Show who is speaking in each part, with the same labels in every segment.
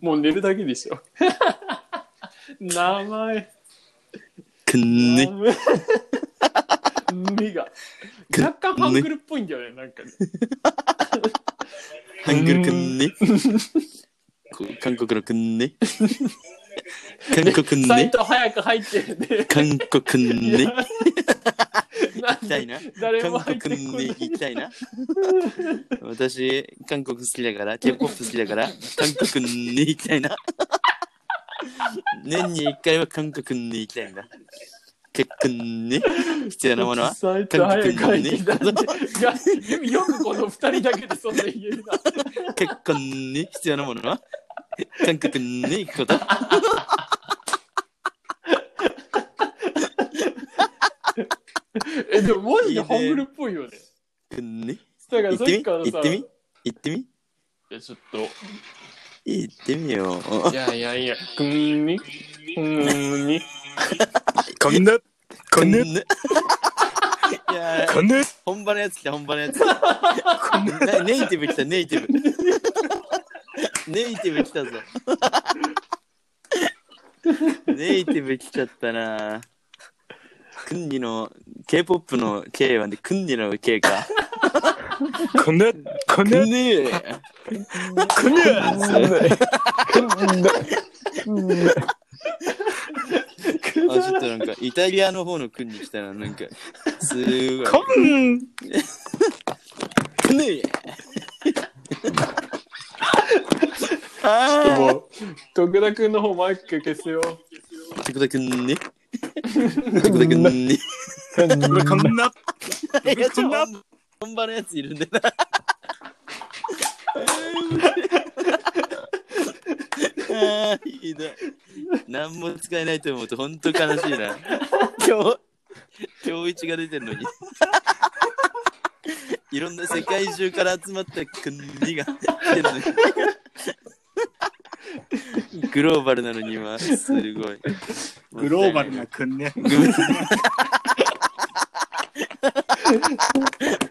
Speaker 1: もう寝るだけでしょ。名前。
Speaker 2: くんね。
Speaker 1: 目が。若干ハングルっぽいんだよね、なんかね。
Speaker 2: ハングルくんね。こ韓国のくんね。韓国
Speaker 1: サイ
Speaker 2: ね。
Speaker 1: ト早く入ってね。
Speaker 2: 韓国
Speaker 1: いや
Speaker 2: ね。
Speaker 1: な
Speaker 2: 行
Speaker 1: ん
Speaker 2: きた
Speaker 1: で
Speaker 2: いな。
Speaker 1: 誰も入
Speaker 2: 韓
Speaker 1: ってこな
Speaker 2: 国に
Speaker 1: い。
Speaker 2: 行きたいな。私、韓国好きだから、K-POP 好きだから、韓国に行きたいな。年に1回は韓国に行きたいな。結婚ね。必要なものは
Speaker 1: サイト早く入ってきたんで。いや、よくこの二人だけでそんな言えるな。
Speaker 2: 結婚に必要なものは韓国に行くこと。
Speaker 1: え、でもマジでハングルっぽいよね。
Speaker 2: ね
Speaker 1: だから
Speaker 2: 行っ
Speaker 1: さって
Speaker 2: み
Speaker 1: きからさ
Speaker 2: 行っ、てみ行ってみ
Speaker 1: いやちょっと、
Speaker 2: 行ってみよう。
Speaker 1: いやいやいや、くんに、くんに。
Speaker 3: こんな、こん な、
Speaker 2: いやー
Speaker 3: こんな、
Speaker 2: 本場のやつ来た、本場のやつ。なネイティブ来た、ネイティブ。ネイティブ来たぞ。ネイティブ来ちゃったな。クンニの K-POP の K はね、クンニの K か。
Speaker 3: こんな、こ
Speaker 2: ク
Speaker 3: んな、
Speaker 2: ンニ
Speaker 3: こんな、
Speaker 2: あ、ちょっとなんか、イタリアの方のクンニ来たな、なんか、すごい。
Speaker 3: こん
Speaker 2: クンニあ
Speaker 1: もう、徳田くんの方マイク消すよ。
Speaker 2: あ、てくだくんね。てくだくんね。
Speaker 3: な、こんな、
Speaker 2: いや、ちょ、本場のやついるんでな。あーひどい。何も使えないと思うと、本当悲しいな。今日、今日一が出てるのに。いろんな世界中から集まった国が来てるのに。グローバルなのに今、すごい。
Speaker 3: グローバルなくんね。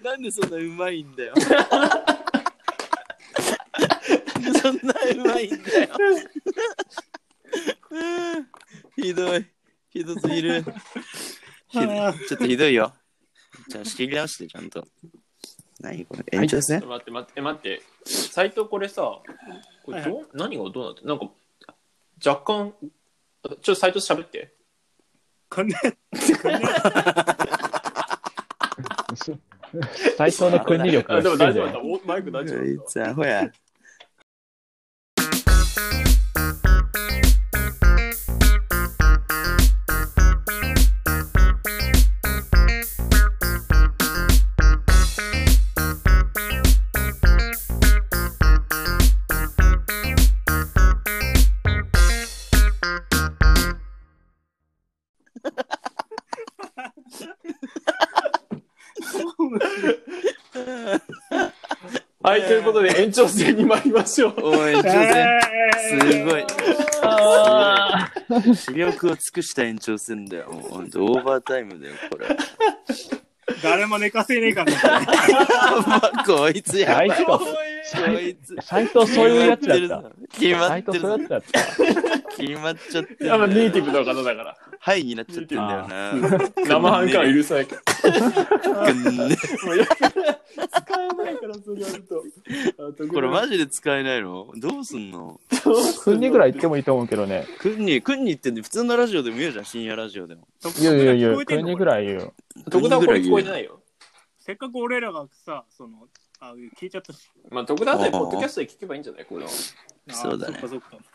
Speaker 2: なんでそんなうまいんだよ。 そんなうまいんだよ。 ひどい。ひどすぎる。ひどい
Speaker 3: あ
Speaker 2: ちょっとひどいよ。じゃあ仕切り直して、ちゃんと。何これ延長戦、
Speaker 1: 待って待って、え待って。サイトこれさ、これどう何がどうなってなんか、若干、ちょっとサイト喋って。
Speaker 3: こんな、
Speaker 4: 最強の訓練力
Speaker 1: あ
Speaker 4: が
Speaker 1: でも
Speaker 4: 知
Speaker 1: 大
Speaker 4: ってんだ
Speaker 1: 丈夫だった。
Speaker 4: よ。
Speaker 1: おマイク大丈夫
Speaker 2: こ
Speaker 1: だっ
Speaker 2: いつアホや。
Speaker 1: た。はい、ということで延長戦に参りま しょう。
Speaker 2: おい、延長戦。すごい。
Speaker 1: あ
Speaker 2: 視力を尽くした延長戦だよ。もうほんとオーバータイムだよ、これ。
Speaker 3: 誰も寝かせねえからね。
Speaker 2: こいつやば
Speaker 4: 最
Speaker 2: い。
Speaker 4: 強
Speaker 2: こいつ。
Speaker 4: 斎藤そういうやつだっ。
Speaker 2: ったた。決ま
Speaker 4: 斎
Speaker 2: ってる
Speaker 4: 藤そうい
Speaker 2: ぞ。
Speaker 4: うやつだった。
Speaker 2: 決まっちゃってる。
Speaker 1: やっぱネイティブの方だから。
Speaker 2: はいになっちゃってんだよな。
Speaker 1: 生半可は許さない から。もうや使えないから、それやると。
Speaker 2: これマジで使えないのどうすんの
Speaker 4: 訓練ぐらい行ってもいいと思うけどね。
Speaker 2: クンニ、クンニって普通のラジオでも言うじゃん、深夜ラジオでも。
Speaker 4: いやいやいや、
Speaker 3: 聞こえてん
Speaker 4: 訓
Speaker 3: の
Speaker 4: 練ぐらい言うよ。
Speaker 1: 徳田はこれ聞こえてないよ。
Speaker 3: せっかく俺らがさ、その、あ、聞いちゃったし。
Speaker 1: まあ、徳田はね、ポッドキャストで聞けばいいんじゃないこれは。
Speaker 3: あ
Speaker 2: そうだね
Speaker 3: そっかそっか。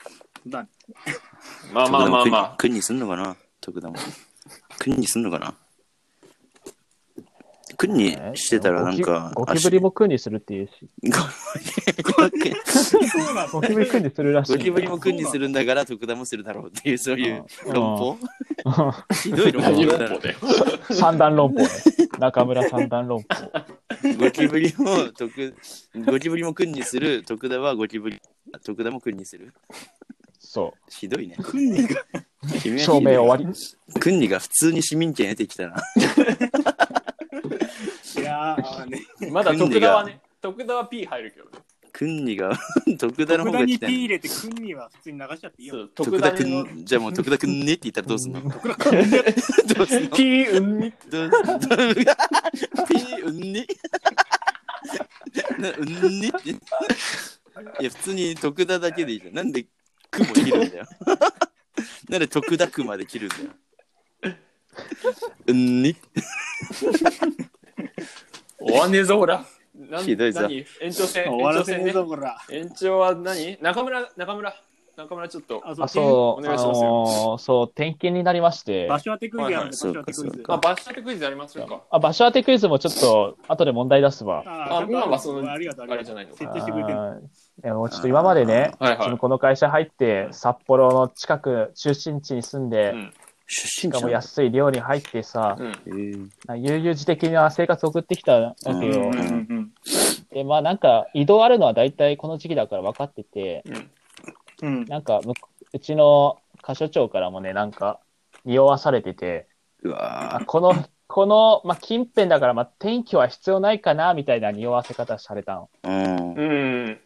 Speaker 3: だね。
Speaker 1: まあまあまあまあ。
Speaker 2: クンニすんのかな徳田も。クンニすんのかなクンニしてたらなんか、
Speaker 4: ゴキゴキブリも訓練するっていうし。
Speaker 2: ゴキ
Speaker 3: そうなの
Speaker 4: ゴキブリ訓練するらしい
Speaker 2: ゴ
Speaker 4: んだ
Speaker 2: キ
Speaker 4: よ。
Speaker 2: ブリもクンニするんだから徳田もするだろうっていうそういう論法ひどい論
Speaker 1: 何
Speaker 2: 法
Speaker 1: 論
Speaker 2: だな
Speaker 1: 法だよ。
Speaker 4: 三段論法ね。中村三段 論法。
Speaker 2: ゴキブリも徳ゴキブリも君にする徳田はゴキブリ徳田も君にする
Speaker 4: そ
Speaker 2: ひどいね
Speaker 3: くんねが。
Speaker 4: う。証明終わり。
Speaker 2: り君にが普通に市民権得てきたない
Speaker 3: やーね。
Speaker 1: まだ徳田はね、徳田は P 入るけどね。
Speaker 2: くんにが、 徳田の方
Speaker 3: 特ダ
Speaker 2: が
Speaker 3: に
Speaker 2: 来
Speaker 3: P
Speaker 2: たい
Speaker 3: 入
Speaker 2: な。
Speaker 3: れてくんには普通に流しちゃっていい
Speaker 1: そ
Speaker 3: よ。
Speaker 1: う
Speaker 2: 徳
Speaker 1: 徳
Speaker 2: 田
Speaker 1: 田
Speaker 2: く
Speaker 1: の
Speaker 2: ん、じゃあもう徳田くんねって言ったらどうすんのど
Speaker 3: 徳田くんで
Speaker 2: うすんの
Speaker 1: P うんに
Speaker 2: どうすんのピー、うんに。なうんにって。いや、普通に徳田だけでいいじゃん。なんで、くも切るんだよ。なんで徳田くまで切るんだよ。うんに。
Speaker 1: 終わんねえぞほらなん
Speaker 2: ひどいぞ
Speaker 1: 何延長戦
Speaker 3: 終
Speaker 1: 延
Speaker 3: わら
Speaker 1: 長
Speaker 3: せ
Speaker 1: 戦
Speaker 3: ねえ
Speaker 1: ね
Speaker 3: ぞ、こら。
Speaker 1: 延長は何中村中村中村ちょっと
Speaker 3: あ、
Speaker 4: あ、
Speaker 3: う。
Speaker 4: そ
Speaker 1: お
Speaker 4: う、
Speaker 1: 願
Speaker 4: あ
Speaker 1: いしますよ
Speaker 4: のーそう、点検になりまして。
Speaker 3: 場所当てクイズやるんで、
Speaker 2: は
Speaker 3: 場
Speaker 2: いは
Speaker 3: 所
Speaker 2: い
Speaker 3: 当てクイ
Speaker 2: そう
Speaker 3: ズ。
Speaker 2: か
Speaker 1: あバッシュアテクイズやりますか
Speaker 4: あ、場所当てクイズもちょっと、後で問題出すわ。
Speaker 3: あ
Speaker 1: あ今はその
Speaker 3: ありがとう、あ
Speaker 1: あれ
Speaker 3: りが
Speaker 1: じ
Speaker 3: と
Speaker 1: ゃ
Speaker 3: う。
Speaker 1: ないの
Speaker 3: 設定してくれてる
Speaker 4: あーいやもうちょっと今までね、
Speaker 1: はい
Speaker 4: 自分
Speaker 1: は
Speaker 4: この会社入って、札幌の近く、中心地に住んで、
Speaker 1: いうん
Speaker 2: 出
Speaker 4: し
Speaker 2: 身
Speaker 4: か
Speaker 2: 地なん
Speaker 4: も
Speaker 2: だ
Speaker 4: 安い寮に入ってさ、
Speaker 1: うん
Speaker 2: えー
Speaker 4: なんか悠々自適な生活を送ってきたわけ
Speaker 3: う
Speaker 4: よ。
Speaker 3: んうんうん
Speaker 4: で、まあなんか、移動あるのは大体この時期だから分かってて、
Speaker 1: うん
Speaker 3: うん。
Speaker 4: なんか、むうちの課所長からもね、なんか、匂わされてて、
Speaker 2: うわ
Speaker 4: あ
Speaker 2: ー
Speaker 4: この、この、まあ、近辺だから、まあ、天気は必要ないかな、みたいな匂わせ方されたの。
Speaker 2: うん。
Speaker 1: うん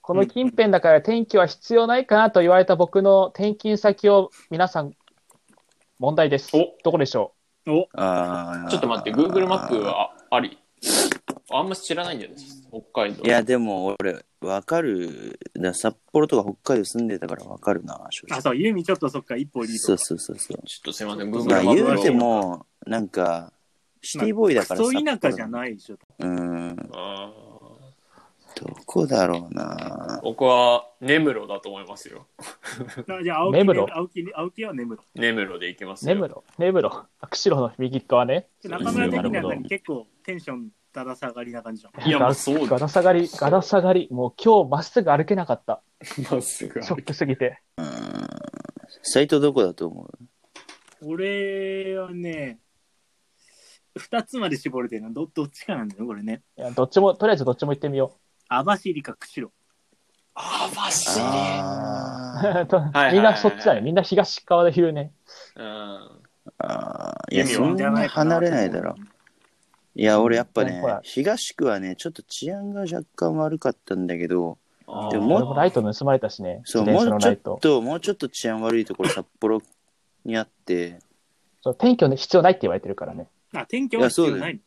Speaker 4: この近辺だから天気は必要ないかなと言われた僕の転勤先を皆さん、問題です。
Speaker 1: お
Speaker 4: どこでしょ
Speaker 3: お、
Speaker 2: あー
Speaker 1: ちょっと待って Google マップはあありあんま知らないんじゃないですか北海道
Speaker 2: いや、でも俺、わかる。だ札幌とか北海道住んでたからわかるな、正
Speaker 3: あ、
Speaker 2: 直。
Speaker 3: そう、ユーミンちょっとそっか、一歩リー
Speaker 2: そ
Speaker 3: ド
Speaker 2: う。そうそうそう。
Speaker 1: ちょっとすいません
Speaker 2: ま
Speaker 1: Google
Speaker 2: あ
Speaker 1: マップ
Speaker 2: 言
Speaker 1: を
Speaker 2: うても、なんか、シティボーイだから
Speaker 3: そう田舎じゃ
Speaker 2: い。
Speaker 3: ないでしょ。
Speaker 2: うん。ど
Speaker 1: あ
Speaker 2: こだろうな
Speaker 1: ー。僕は根室だと思いますよ
Speaker 3: あじゃあ、青木
Speaker 4: 根室
Speaker 3: ね、青木ね、青木は根室。
Speaker 1: 根室で行きますよ
Speaker 4: う根室。根室。あ釧路の右側ね。
Speaker 3: 中村的に
Speaker 4: なる
Speaker 3: は
Speaker 4: ほど
Speaker 3: 何結構テンションだだ下がりな感じじゃん。
Speaker 1: いや
Speaker 4: ガ
Speaker 1: もうそう
Speaker 4: ガラ下がり、ガラ下がり。もう今日まっすぐ歩けなかった。
Speaker 1: まっすぐ
Speaker 4: ショ
Speaker 1: 歩
Speaker 4: ッ
Speaker 1: い
Speaker 4: クすぎて。
Speaker 2: サイトどこだと思う
Speaker 3: 俺はね、二つまで絞れてるの。どどっちかなんだよ、これね。
Speaker 4: いやどっちも、とりあえずどっちも行ってみよ
Speaker 3: 網走か釧路。
Speaker 1: あーバッシー
Speaker 4: う。
Speaker 2: あ
Speaker 4: と
Speaker 1: いはい
Speaker 4: みんなそっちだね。みんな東側で言うね。
Speaker 1: うん
Speaker 2: ーあー。いや、
Speaker 1: 意味
Speaker 2: そ
Speaker 1: は
Speaker 2: んな離れないだろ。いや、俺やっぱね
Speaker 4: ほら、
Speaker 2: 東区はね、ちょっと治安が若干悪かったんだけど、
Speaker 1: あー
Speaker 2: でも
Speaker 4: 俺もライト盗まれたしね。
Speaker 2: そう、
Speaker 4: 自
Speaker 2: も
Speaker 4: 転車
Speaker 2: う
Speaker 4: の
Speaker 2: ち
Speaker 4: ラ
Speaker 2: ょ
Speaker 4: イ
Speaker 2: っ
Speaker 4: ト。
Speaker 2: と、もうちょっと治安悪いところ、札幌にあって、
Speaker 4: そう天気はね必要ないって言われてるからね。
Speaker 3: あ、天気は必要ない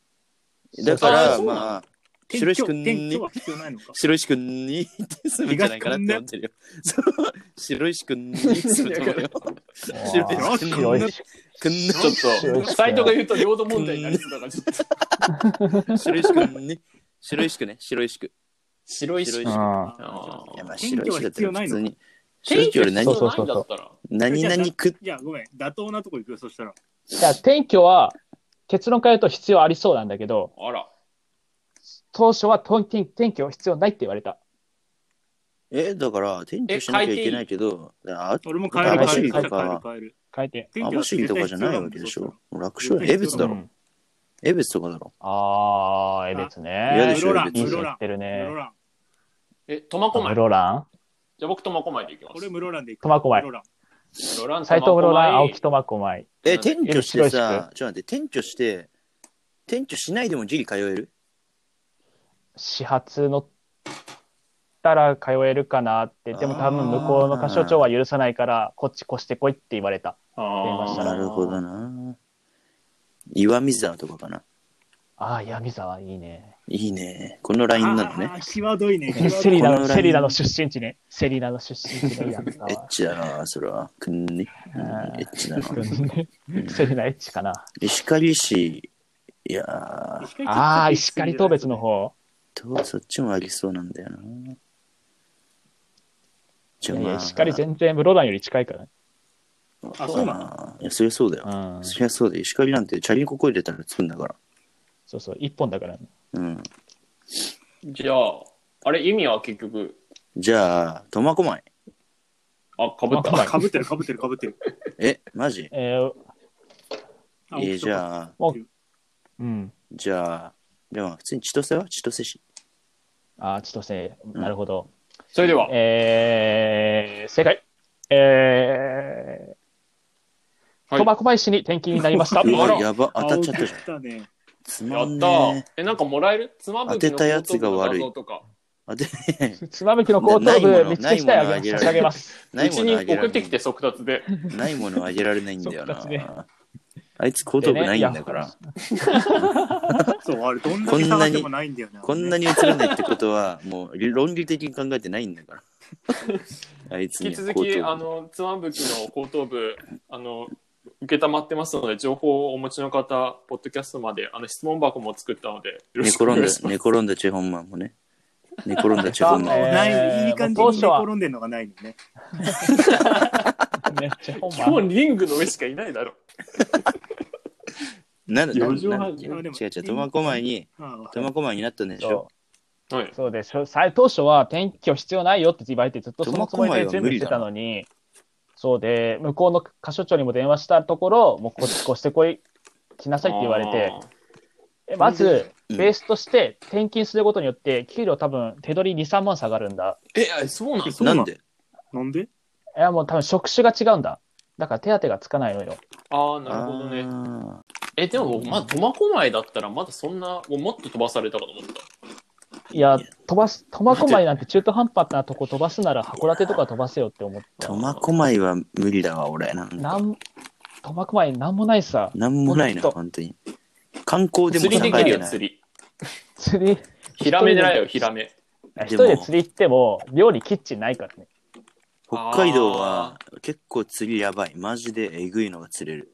Speaker 3: の。
Speaker 2: だか
Speaker 1: あー
Speaker 2: ら、
Speaker 1: そうなの
Speaker 2: まあ、
Speaker 3: 天
Speaker 2: 白
Speaker 3: 気
Speaker 2: 石
Speaker 3: は
Speaker 2: 君
Speaker 3: 天気
Speaker 2: に
Speaker 3: は必要ないのか。
Speaker 2: 白石くんに 住むんじゃないかなって思ってるよ。そう白石くんに住むと思うよ。白
Speaker 4: う
Speaker 2: 石
Speaker 4: わ
Speaker 2: くん
Speaker 4: ー
Speaker 2: の
Speaker 4: 白
Speaker 2: く
Speaker 4: 石
Speaker 2: ん
Speaker 1: ちょっと、サイトが言うと領土問題になりそうだから、ちょっと。
Speaker 2: の白石くんに白石くんね、白石くん。
Speaker 1: 白
Speaker 2: 石
Speaker 1: 石
Speaker 4: う。ん
Speaker 1: あ
Speaker 2: いや、まあ
Speaker 3: 天
Speaker 2: 白
Speaker 3: 気は
Speaker 2: 石だっ
Speaker 3: 必
Speaker 2: た
Speaker 3: 要
Speaker 2: ら
Speaker 3: ない
Speaker 2: 普
Speaker 3: の
Speaker 2: 通
Speaker 3: か。
Speaker 2: に。白石より
Speaker 1: 何
Speaker 2: 何
Speaker 4: そうそ
Speaker 1: ない
Speaker 4: う
Speaker 1: んだったら。
Speaker 2: 何々くっ
Speaker 3: じゃあ、ごめん。妥当なとこ行くよ、そしたら。
Speaker 4: じゃあ、転居は、結論から言うと必要ありそうなんだけど、
Speaker 1: あら。
Speaker 4: 当初はとん転転居は必要ないって言われた。
Speaker 2: え、だから、転居しなきゃいけないけど、あ
Speaker 3: 俺も帰
Speaker 2: 網
Speaker 3: る、帰
Speaker 2: 走
Speaker 3: る、帰
Speaker 2: と
Speaker 3: る、帰る
Speaker 2: か、
Speaker 3: 帰る。
Speaker 4: 変えて。
Speaker 3: 天気
Speaker 2: 網
Speaker 3: は
Speaker 2: 走とかじゃないわけでしょ。楽勝や。江別だ
Speaker 4: う
Speaker 2: ろ。
Speaker 4: ん
Speaker 2: 江別とかだろ。
Speaker 4: あー、えべつ
Speaker 2: 嫌で
Speaker 4: ね
Speaker 2: し。
Speaker 3: 室蘭、
Speaker 2: 別に
Speaker 4: いい
Speaker 3: 室
Speaker 4: 線い
Speaker 3: 蘭
Speaker 4: っ。てるね
Speaker 3: 室。蘭。
Speaker 1: え、苫小
Speaker 4: ム
Speaker 1: 牧。
Speaker 4: ロラン
Speaker 1: じゃあ僕、苫小牧で行きます。
Speaker 3: 俺、室蘭で行く。
Speaker 4: 苫小牧
Speaker 3: 室蘭
Speaker 1: ロラン
Speaker 4: 斎藤ムロラン、青木
Speaker 1: 苫小牧
Speaker 4: 苫小牧。
Speaker 2: え、転居して
Speaker 4: 白
Speaker 2: さ、ちょっと待って、転居して、転居しないでもギリ通える
Speaker 4: 始発乗ったら通えるかなって、でも多分向こうの歌唱長は許さないから、こっち越してこいって言われた。
Speaker 1: あー
Speaker 2: なるほど。な。岩見沢とかかな。
Speaker 4: あー、闇沢いいね。
Speaker 2: いいね。このラインなのね
Speaker 3: あ。ー際ど いね。際どい
Speaker 4: セリナ
Speaker 2: この
Speaker 4: の、
Speaker 2: ライン
Speaker 4: セリナの出身地ね。セリナの出身地ね、闇沢
Speaker 2: エッチだな、それは。くんね。うん
Speaker 4: あー
Speaker 2: エッチだな。
Speaker 4: セリナエッチかな。
Speaker 2: 石狩市、いやー
Speaker 4: ああ、石狩東別の。方。
Speaker 2: と、そっちもありそうなんだよな。じ
Speaker 4: いや石狩全然室蘭より近いからね。
Speaker 3: あそうなの
Speaker 2: のいや、そりゃそうだよ。
Speaker 4: うん。
Speaker 2: そりゃそうだよ。石狩なんてチャリンコこいでたらつくんだから。
Speaker 4: そうそう、一本だから、ね。
Speaker 2: うん。
Speaker 1: じゃあ、あれ、意味は結局、
Speaker 2: じゃあ、苫小牧。
Speaker 1: あ、かぶっ
Speaker 4: 苫小
Speaker 1: た。
Speaker 4: 牧
Speaker 3: かぶってる、かぶってる、かぶってる。
Speaker 2: え、マジ
Speaker 4: えー、
Speaker 3: あ
Speaker 2: え、じゃあ、
Speaker 4: うん。
Speaker 2: じゃあ、でも普通に千歳は千歳市。
Speaker 4: ああ、ちょっとせ、なるほど。
Speaker 1: それでは、
Speaker 4: えー、正解。えー、
Speaker 1: はい
Speaker 4: 苫小牧市に転勤になりました。
Speaker 1: う
Speaker 2: う
Speaker 1: わあら
Speaker 2: わ、やば、当たっちゃったじゃん。
Speaker 3: ゃん。
Speaker 2: つ
Speaker 1: や
Speaker 2: ま
Speaker 1: っ
Speaker 2: ん
Speaker 1: た
Speaker 2: ね
Speaker 1: え、なんかもらえるつまぶきの
Speaker 2: 当てたやつが悪い
Speaker 1: 謎とか。
Speaker 2: あで、
Speaker 4: バーベキューの後頭
Speaker 2: ないも
Speaker 4: 部
Speaker 2: の
Speaker 4: 見つけ次第あげ
Speaker 2: な
Speaker 4: ま
Speaker 2: いもの
Speaker 4: す差し上げます。
Speaker 2: な
Speaker 1: う
Speaker 2: い
Speaker 1: ち
Speaker 2: も
Speaker 1: に
Speaker 2: のあげら
Speaker 1: 送っ
Speaker 2: れな
Speaker 1: てきて
Speaker 2: い。
Speaker 1: 速達で。
Speaker 2: ないものあげられないんだ よ
Speaker 4: そっかそっ
Speaker 2: な。あいつ後頭部ないんだから。
Speaker 3: そう、あれ、どんだけ探してもないんだよな。
Speaker 2: こんな
Speaker 3: に。
Speaker 2: に映らないってことは、もう論理的に考えてないん だから。あいつ
Speaker 1: 引
Speaker 2: に
Speaker 1: き
Speaker 2: は
Speaker 1: 続
Speaker 2: 後頭
Speaker 1: き、
Speaker 2: 部
Speaker 1: あの、つまぶきの後頭部、あの、受けたまってますので、情報をお持ちの方、ポッドキャストまで、あの、質問箱も作ったので、よろ
Speaker 2: 寝
Speaker 1: しくお
Speaker 2: 転ん
Speaker 1: 願
Speaker 2: だ
Speaker 1: いし、ます。
Speaker 2: 寝転んだチェホンマンもね。寝転んだチェホンマンも。
Speaker 3: ない、いい感じ
Speaker 4: 当
Speaker 3: に
Speaker 4: 初
Speaker 3: 寝
Speaker 4: は
Speaker 3: 転んでるのがないのね。
Speaker 4: めっちゃ本
Speaker 1: 今
Speaker 4: 番。
Speaker 1: 日リングの上しかいないだろ。
Speaker 2: なるな
Speaker 1: 4
Speaker 2: る
Speaker 1: 時
Speaker 2: なる
Speaker 1: 半に。
Speaker 3: 違
Speaker 2: 違う違う、苫小牧に、
Speaker 3: ああ
Speaker 2: 苫小牧になったんでしょ
Speaker 4: そ。。
Speaker 1: はいう
Speaker 4: そうでしょ最当初は天気を必要ないよって言われてずっとそのつもりで準
Speaker 2: 苫小牧は無
Speaker 4: 備
Speaker 2: 理
Speaker 4: し
Speaker 2: だ
Speaker 4: て
Speaker 2: な
Speaker 4: たのにそうで向こうの歌所長にも電話したところもうこっち越してこい来なさいって言われてえまず
Speaker 2: うん
Speaker 4: ベースとして転勤することによって給料多分手取り23万下がるんだ
Speaker 1: あー。え、あそうなん
Speaker 3: そうな
Speaker 2: な
Speaker 3: の
Speaker 2: んで
Speaker 3: なんで
Speaker 4: いやもう多分職種が違うんだだから手当てがつかないのよ
Speaker 1: ああ、なるほどね。
Speaker 2: あ
Speaker 1: え、でも、まあ、苫小牧だったら、まだそんな、もうもっと飛ばされたかと思った。
Speaker 4: いや飛ばす苫小牧なんて中途半端なとこ飛ばすなら函館とか飛ばせよって思っ
Speaker 2: ー
Speaker 4: た
Speaker 2: 苫小牧は無理だわ、俺。なんか
Speaker 4: なん苫小牧なんもないさ
Speaker 2: なんもないな、
Speaker 4: もっと
Speaker 2: 本当に。観光でも
Speaker 1: 釣り
Speaker 2: 考え
Speaker 1: で
Speaker 2: てな
Speaker 1: きるよ、
Speaker 2: い。
Speaker 1: 釣り。
Speaker 4: 釣り
Speaker 1: ヒラメ狙えよ、ヒラメ。
Speaker 4: 一人で釣り行っても料理キッチンない からね
Speaker 2: 北海道は結構釣りやばい。マジでえぐいのが釣れる。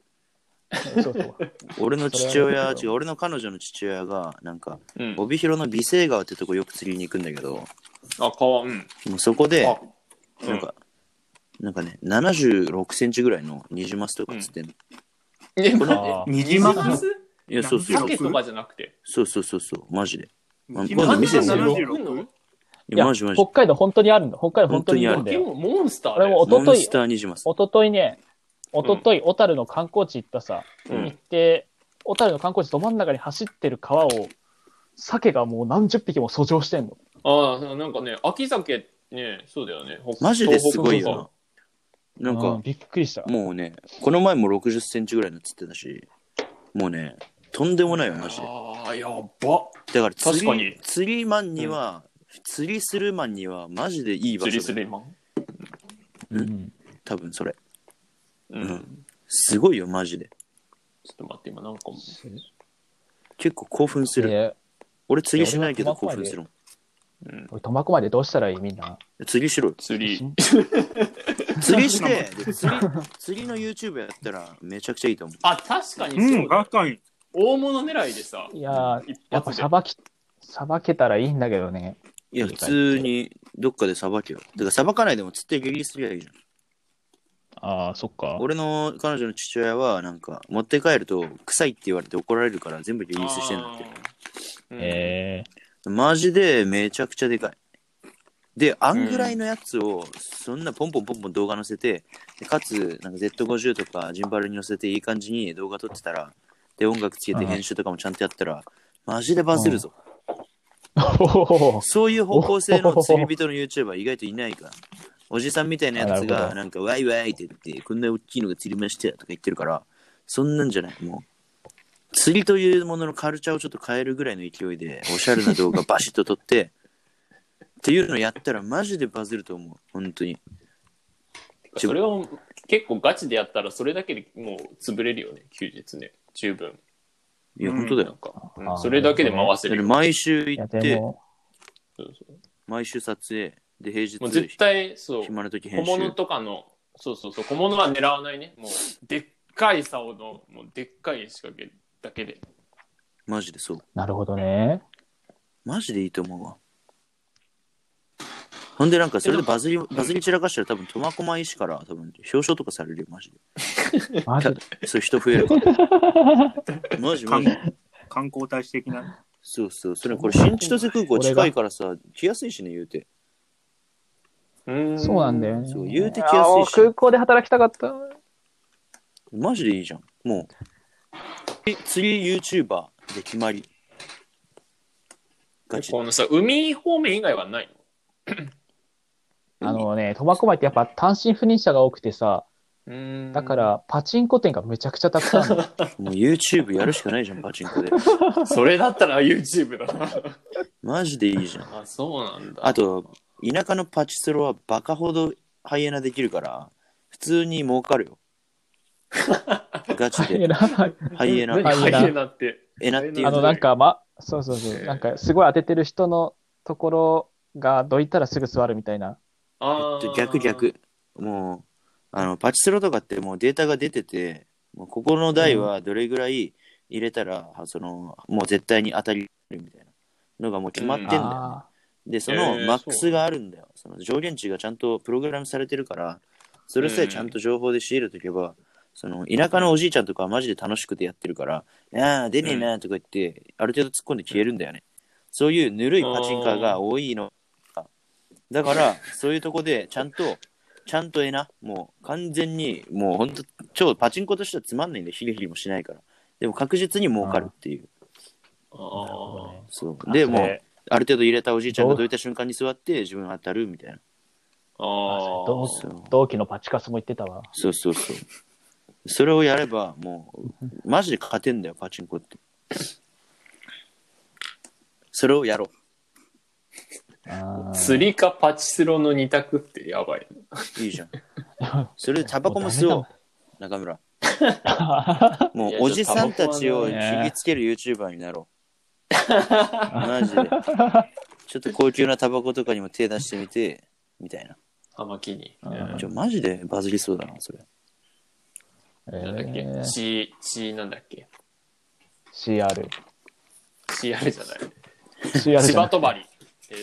Speaker 4: そうそう
Speaker 2: 俺の父
Speaker 4: それ
Speaker 2: 親、
Speaker 4: は
Speaker 2: 違う、俺の彼女の父親が、なんか、
Speaker 1: うん。
Speaker 2: 帯広の美声川ってとこよく釣りに行くんだけど、
Speaker 1: あ、川、うん。
Speaker 2: もうそこで
Speaker 1: あ、、う
Speaker 2: なん
Speaker 1: ん。
Speaker 2: か、なんかね、76センチぐらいのニジマスとか釣ってんの。
Speaker 1: え、
Speaker 2: こ
Speaker 1: ま
Speaker 2: の
Speaker 4: あー
Speaker 3: ニジ
Speaker 1: ニジ
Speaker 3: マ
Speaker 1: マ
Speaker 3: ス
Speaker 1: ス
Speaker 2: いや、そうそう
Speaker 3: な
Speaker 2: そ
Speaker 3: ん
Speaker 2: う
Speaker 3: か
Speaker 1: 鮭とかじゃなくて。
Speaker 2: そうそうそうそう、マジで。
Speaker 3: ニジ
Speaker 2: 今
Speaker 3: マ
Speaker 2: 度
Speaker 3: ス
Speaker 2: 見せて
Speaker 3: 76
Speaker 2: み
Speaker 1: よ
Speaker 3: の
Speaker 2: い
Speaker 4: い
Speaker 2: や、
Speaker 4: や
Speaker 2: マジマジ
Speaker 4: 北。海道本当にあるんだ北海道本当にあるんだ
Speaker 1: で
Speaker 4: よ
Speaker 1: も、モンスター
Speaker 4: 俺
Speaker 1: だ
Speaker 4: も
Speaker 1: よ。
Speaker 4: 一
Speaker 2: モ
Speaker 4: 昨
Speaker 2: ンス
Speaker 4: 日
Speaker 2: ターニジマス。
Speaker 4: 一昨日ね一昨日小樽の観光地行ったさ、
Speaker 1: うん
Speaker 4: 行って小樽の観光地ど真ん中に走ってる川を鮭がもう何十匹も遡上してんの
Speaker 1: ああ、なんかね、秋鮭、ね、そうだよね。北
Speaker 2: マジですごい。
Speaker 1: 東北とか
Speaker 2: よな。なん
Speaker 4: う
Speaker 2: か、
Speaker 4: びっくりした
Speaker 2: もうね、この前も60センチぐらいの釣ってたし、もうね、とんでもないよ、マジで。
Speaker 1: ああ、やば。
Speaker 2: だから釣
Speaker 1: 確
Speaker 2: り、
Speaker 1: かに
Speaker 2: 釣りマンには、釣りするマンには、マジでいい場
Speaker 1: 釣
Speaker 2: 所
Speaker 1: りす
Speaker 2: だ
Speaker 1: る
Speaker 2: よ。
Speaker 1: 今。
Speaker 4: うん
Speaker 2: 多分それ。
Speaker 1: う。
Speaker 2: うんすごいよ、マジで。
Speaker 1: ちょっと待って、今なんかもう。
Speaker 2: 結構興奮する。
Speaker 4: で
Speaker 2: 俺釣りしないけど
Speaker 4: いや俺
Speaker 2: 興
Speaker 4: は苫小
Speaker 2: 奮
Speaker 4: 牧
Speaker 2: するも。
Speaker 1: うん
Speaker 4: 俺苫小牧でどうしたらいいみんなん
Speaker 2: 釣りしろ よ。
Speaker 1: 釣り。
Speaker 2: 釣りして、で釣り、釣りの YouTube やったらめちゃくちゃいいと思う。
Speaker 1: あ、確かに
Speaker 3: う
Speaker 1: そ
Speaker 3: ん、
Speaker 1: うだ
Speaker 3: 確。かに。
Speaker 1: 大物狙いでさ。
Speaker 4: いやー
Speaker 1: 一
Speaker 4: やっぱ
Speaker 1: 発で
Speaker 4: さ。ばきさばけたらいいんだけどね
Speaker 2: いや、普通にどっかでさばけよ。だからさばかないでも釣ってリリースすりゃいいじゃん。
Speaker 4: ああそっか
Speaker 2: 俺の彼女の父親は、なんか、持って帰ると臭いって言われて怒られるから全部リリースしてんだって。
Speaker 1: え
Speaker 4: え
Speaker 2: マジでめちゃくちゃでかい。で、あんぐらいのやつを、そんなポンポンポンポン動画載せて、でかつ、なんか Z50 とかジンバルに載せていい感じに動画撮ってたら、で、音楽つけて編集とかもちゃんとやったら、マジでバズるぞ。
Speaker 4: ー、おお
Speaker 2: そういう方向性の釣り人の YouTuber 意外といないから。おじさんみたいなやつ
Speaker 4: なるほ
Speaker 2: が、
Speaker 4: ど
Speaker 2: なんか、ワイワイって言って、こんな大きいのが釣りましたとか言ってるから、そんなんじゃない、もう。釣りというもののカルチャーをちょっと変えるぐらいの勢いで、おしゃれな動画バシッと撮って、 っていうのやったらマジでバズると思う、本当に。
Speaker 1: それを結構ガチでやったら、それだけでもう潰れるよね、休日ね。十分。
Speaker 2: いや、
Speaker 3: うん
Speaker 2: 本当だ
Speaker 1: なん
Speaker 2: よ。
Speaker 1: か、
Speaker 4: あ
Speaker 1: う
Speaker 4: ー
Speaker 1: ん、それだけで回せ
Speaker 2: だっ
Speaker 1: るよ。
Speaker 2: て毎週
Speaker 4: い
Speaker 2: 行
Speaker 4: や
Speaker 2: っ
Speaker 4: で
Speaker 2: て、
Speaker 4: も
Speaker 1: そうそう
Speaker 2: 毎週撮影、で、平
Speaker 1: もう
Speaker 2: 日
Speaker 1: 絶、対、そう。
Speaker 2: 暇な時
Speaker 1: 小
Speaker 2: 編
Speaker 1: 物
Speaker 2: 集。
Speaker 1: とかの、そうそうそう、小物は狙わないね。もう、でっかい竿の、もう、でっかい仕掛けだけで。
Speaker 2: マジでそう。
Speaker 4: なるほどね。
Speaker 2: マジでいいと思うわ。ほんでなんかそれでバズり、バズり散らかしたら多分苫小牧市から多分表彰とかされるよ、マジ
Speaker 4: マジで
Speaker 2: で。そういう人増えるから。 マジマ
Speaker 3: 観
Speaker 2: ジ。
Speaker 3: 観光大使的な。
Speaker 2: そうそう。それこれ新千歳空港近いからさ、来やすいしね、言うて。
Speaker 4: そうなんだよね。
Speaker 2: そう、言うて来
Speaker 4: い
Speaker 2: や
Speaker 4: やもう
Speaker 2: すいし
Speaker 4: 空。港で働きたかった。
Speaker 2: マジでいいじゃん。もう。釣り YouTuber で決まり。ガチで。
Speaker 1: このさ、海方面以外はない
Speaker 2: 海
Speaker 4: あのね、苫小牧ってやっぱ単身赴任者が多くてさ、
Speaker 1: うん
Speaker 4: だか、ら、パチンコ店がめちゃくちゃたくさんあ るの。
Speaker 2: もう YouTube やるしかないじゃん、パチンコで。
Speaker 1: それだったら YouTube だな。
Speaker 2: マジでいいじゃん。
Speaker 1: あ、そうなんだ。
Speaker 2: あと、田舎のパチスロはバカほどハイエナできるから、普通に儲かる よ。ガチで。ハイエナ
Speaker 1: 何。
Speaker 4: ハイエナ
Speaker 1: ハイエナって。
Speaker 2: エナっていう
Speaker 1: ハイエナ
Speaker 4: あの、なんか、ま、そうそうそ
Speaker 1: え
Speaker 4: う。
Speaker 1: ー
Speaker 4: なんか、すごい当ててる人のところが、どいたらすぐ座るみたいな。
Speaker 1: あー
Speaker 2: 逆。逆もうあのパチスロとかってもうデータが出ててもうここの台はどれぐらい入れたら、そのもう絶対に当たりみたいなのがもう決まってんだよ、ね
Speaker 4: あ
Speaker 2: でそ
Speaker 1: え
Speaker 2: の
Speaker 1: ー
Speaker 2: マックスがあるんだよ、その上限値がちゃんとプログラムされてるからそれさえちゃんと情報で仕入れとけば、その田舎のおじいちゃんとかはマジで楽しくてやってるから「ああ出ねえな」とか言って、ある程度突っ込んで消えるんだよねそういうぬるいパチンカーが多いのだからそういうとこでちゃんとちゃんとえなもう完全にもうほんと超パチンコとしてはつまんないんでヒリヒリもしないからでも確実に儲かるっていう
Speaker 1: あ
Speaker 4: ーなるほど
Speaker 1: ー
Speaker 4: ね
Speaker 2: そうでも
Speaker 4: そうれ
Speaker 2: ある程度入れたおじいちゃんがどいた瞬間に座って自分当たるみたいな。
Speaker 1: あー。
Speaker 4: どう
Speaker 2: そ
Speaker 4: す
Speaker 2: う
Speaker 4: 同期のパチカスも言ってたわ。
Speaker 2: そうそうそう。 それをやればもうマジで勝てんだよパチンコって。それをやろ
Speaker 4: あー
Speaker 1: 釣りかパチスロの二択ってやばい。
Speaker 2: う。いいじゃん。それでタバコも吸お
Speaker 4: もう
Speaker 2: う。中村。
Speaker 4: あ
Speaker 2: もう
Speaker 1: いや
Speaker 2: おじさんたちを
Speaker 1: ちょっとタバコは
Speaker 4: ね
Speaker 2: 引きつける YouTuber になろう。 マジで。ちょっと高級なタバコとかにも手出してみて、みたいな。
Speaker 1: 葉巻に。
Speaker 4: うん
Speaker 1: うん
Speaker 2: ちょマジでバズりそうだな、それ。
Speaker 1: なんだっけ
Speaker 4: えー
Speaker 1: ?C、C なんだっけ
Speaker 4: ?CR。
Speaker 1: ?CR じゃない。
Speaker 4: CR
Speaker 1: 千
Speaker 4: じゃ
Speaker 1: 葉
Speaker 4: なく
Speaker 1: とばり。えー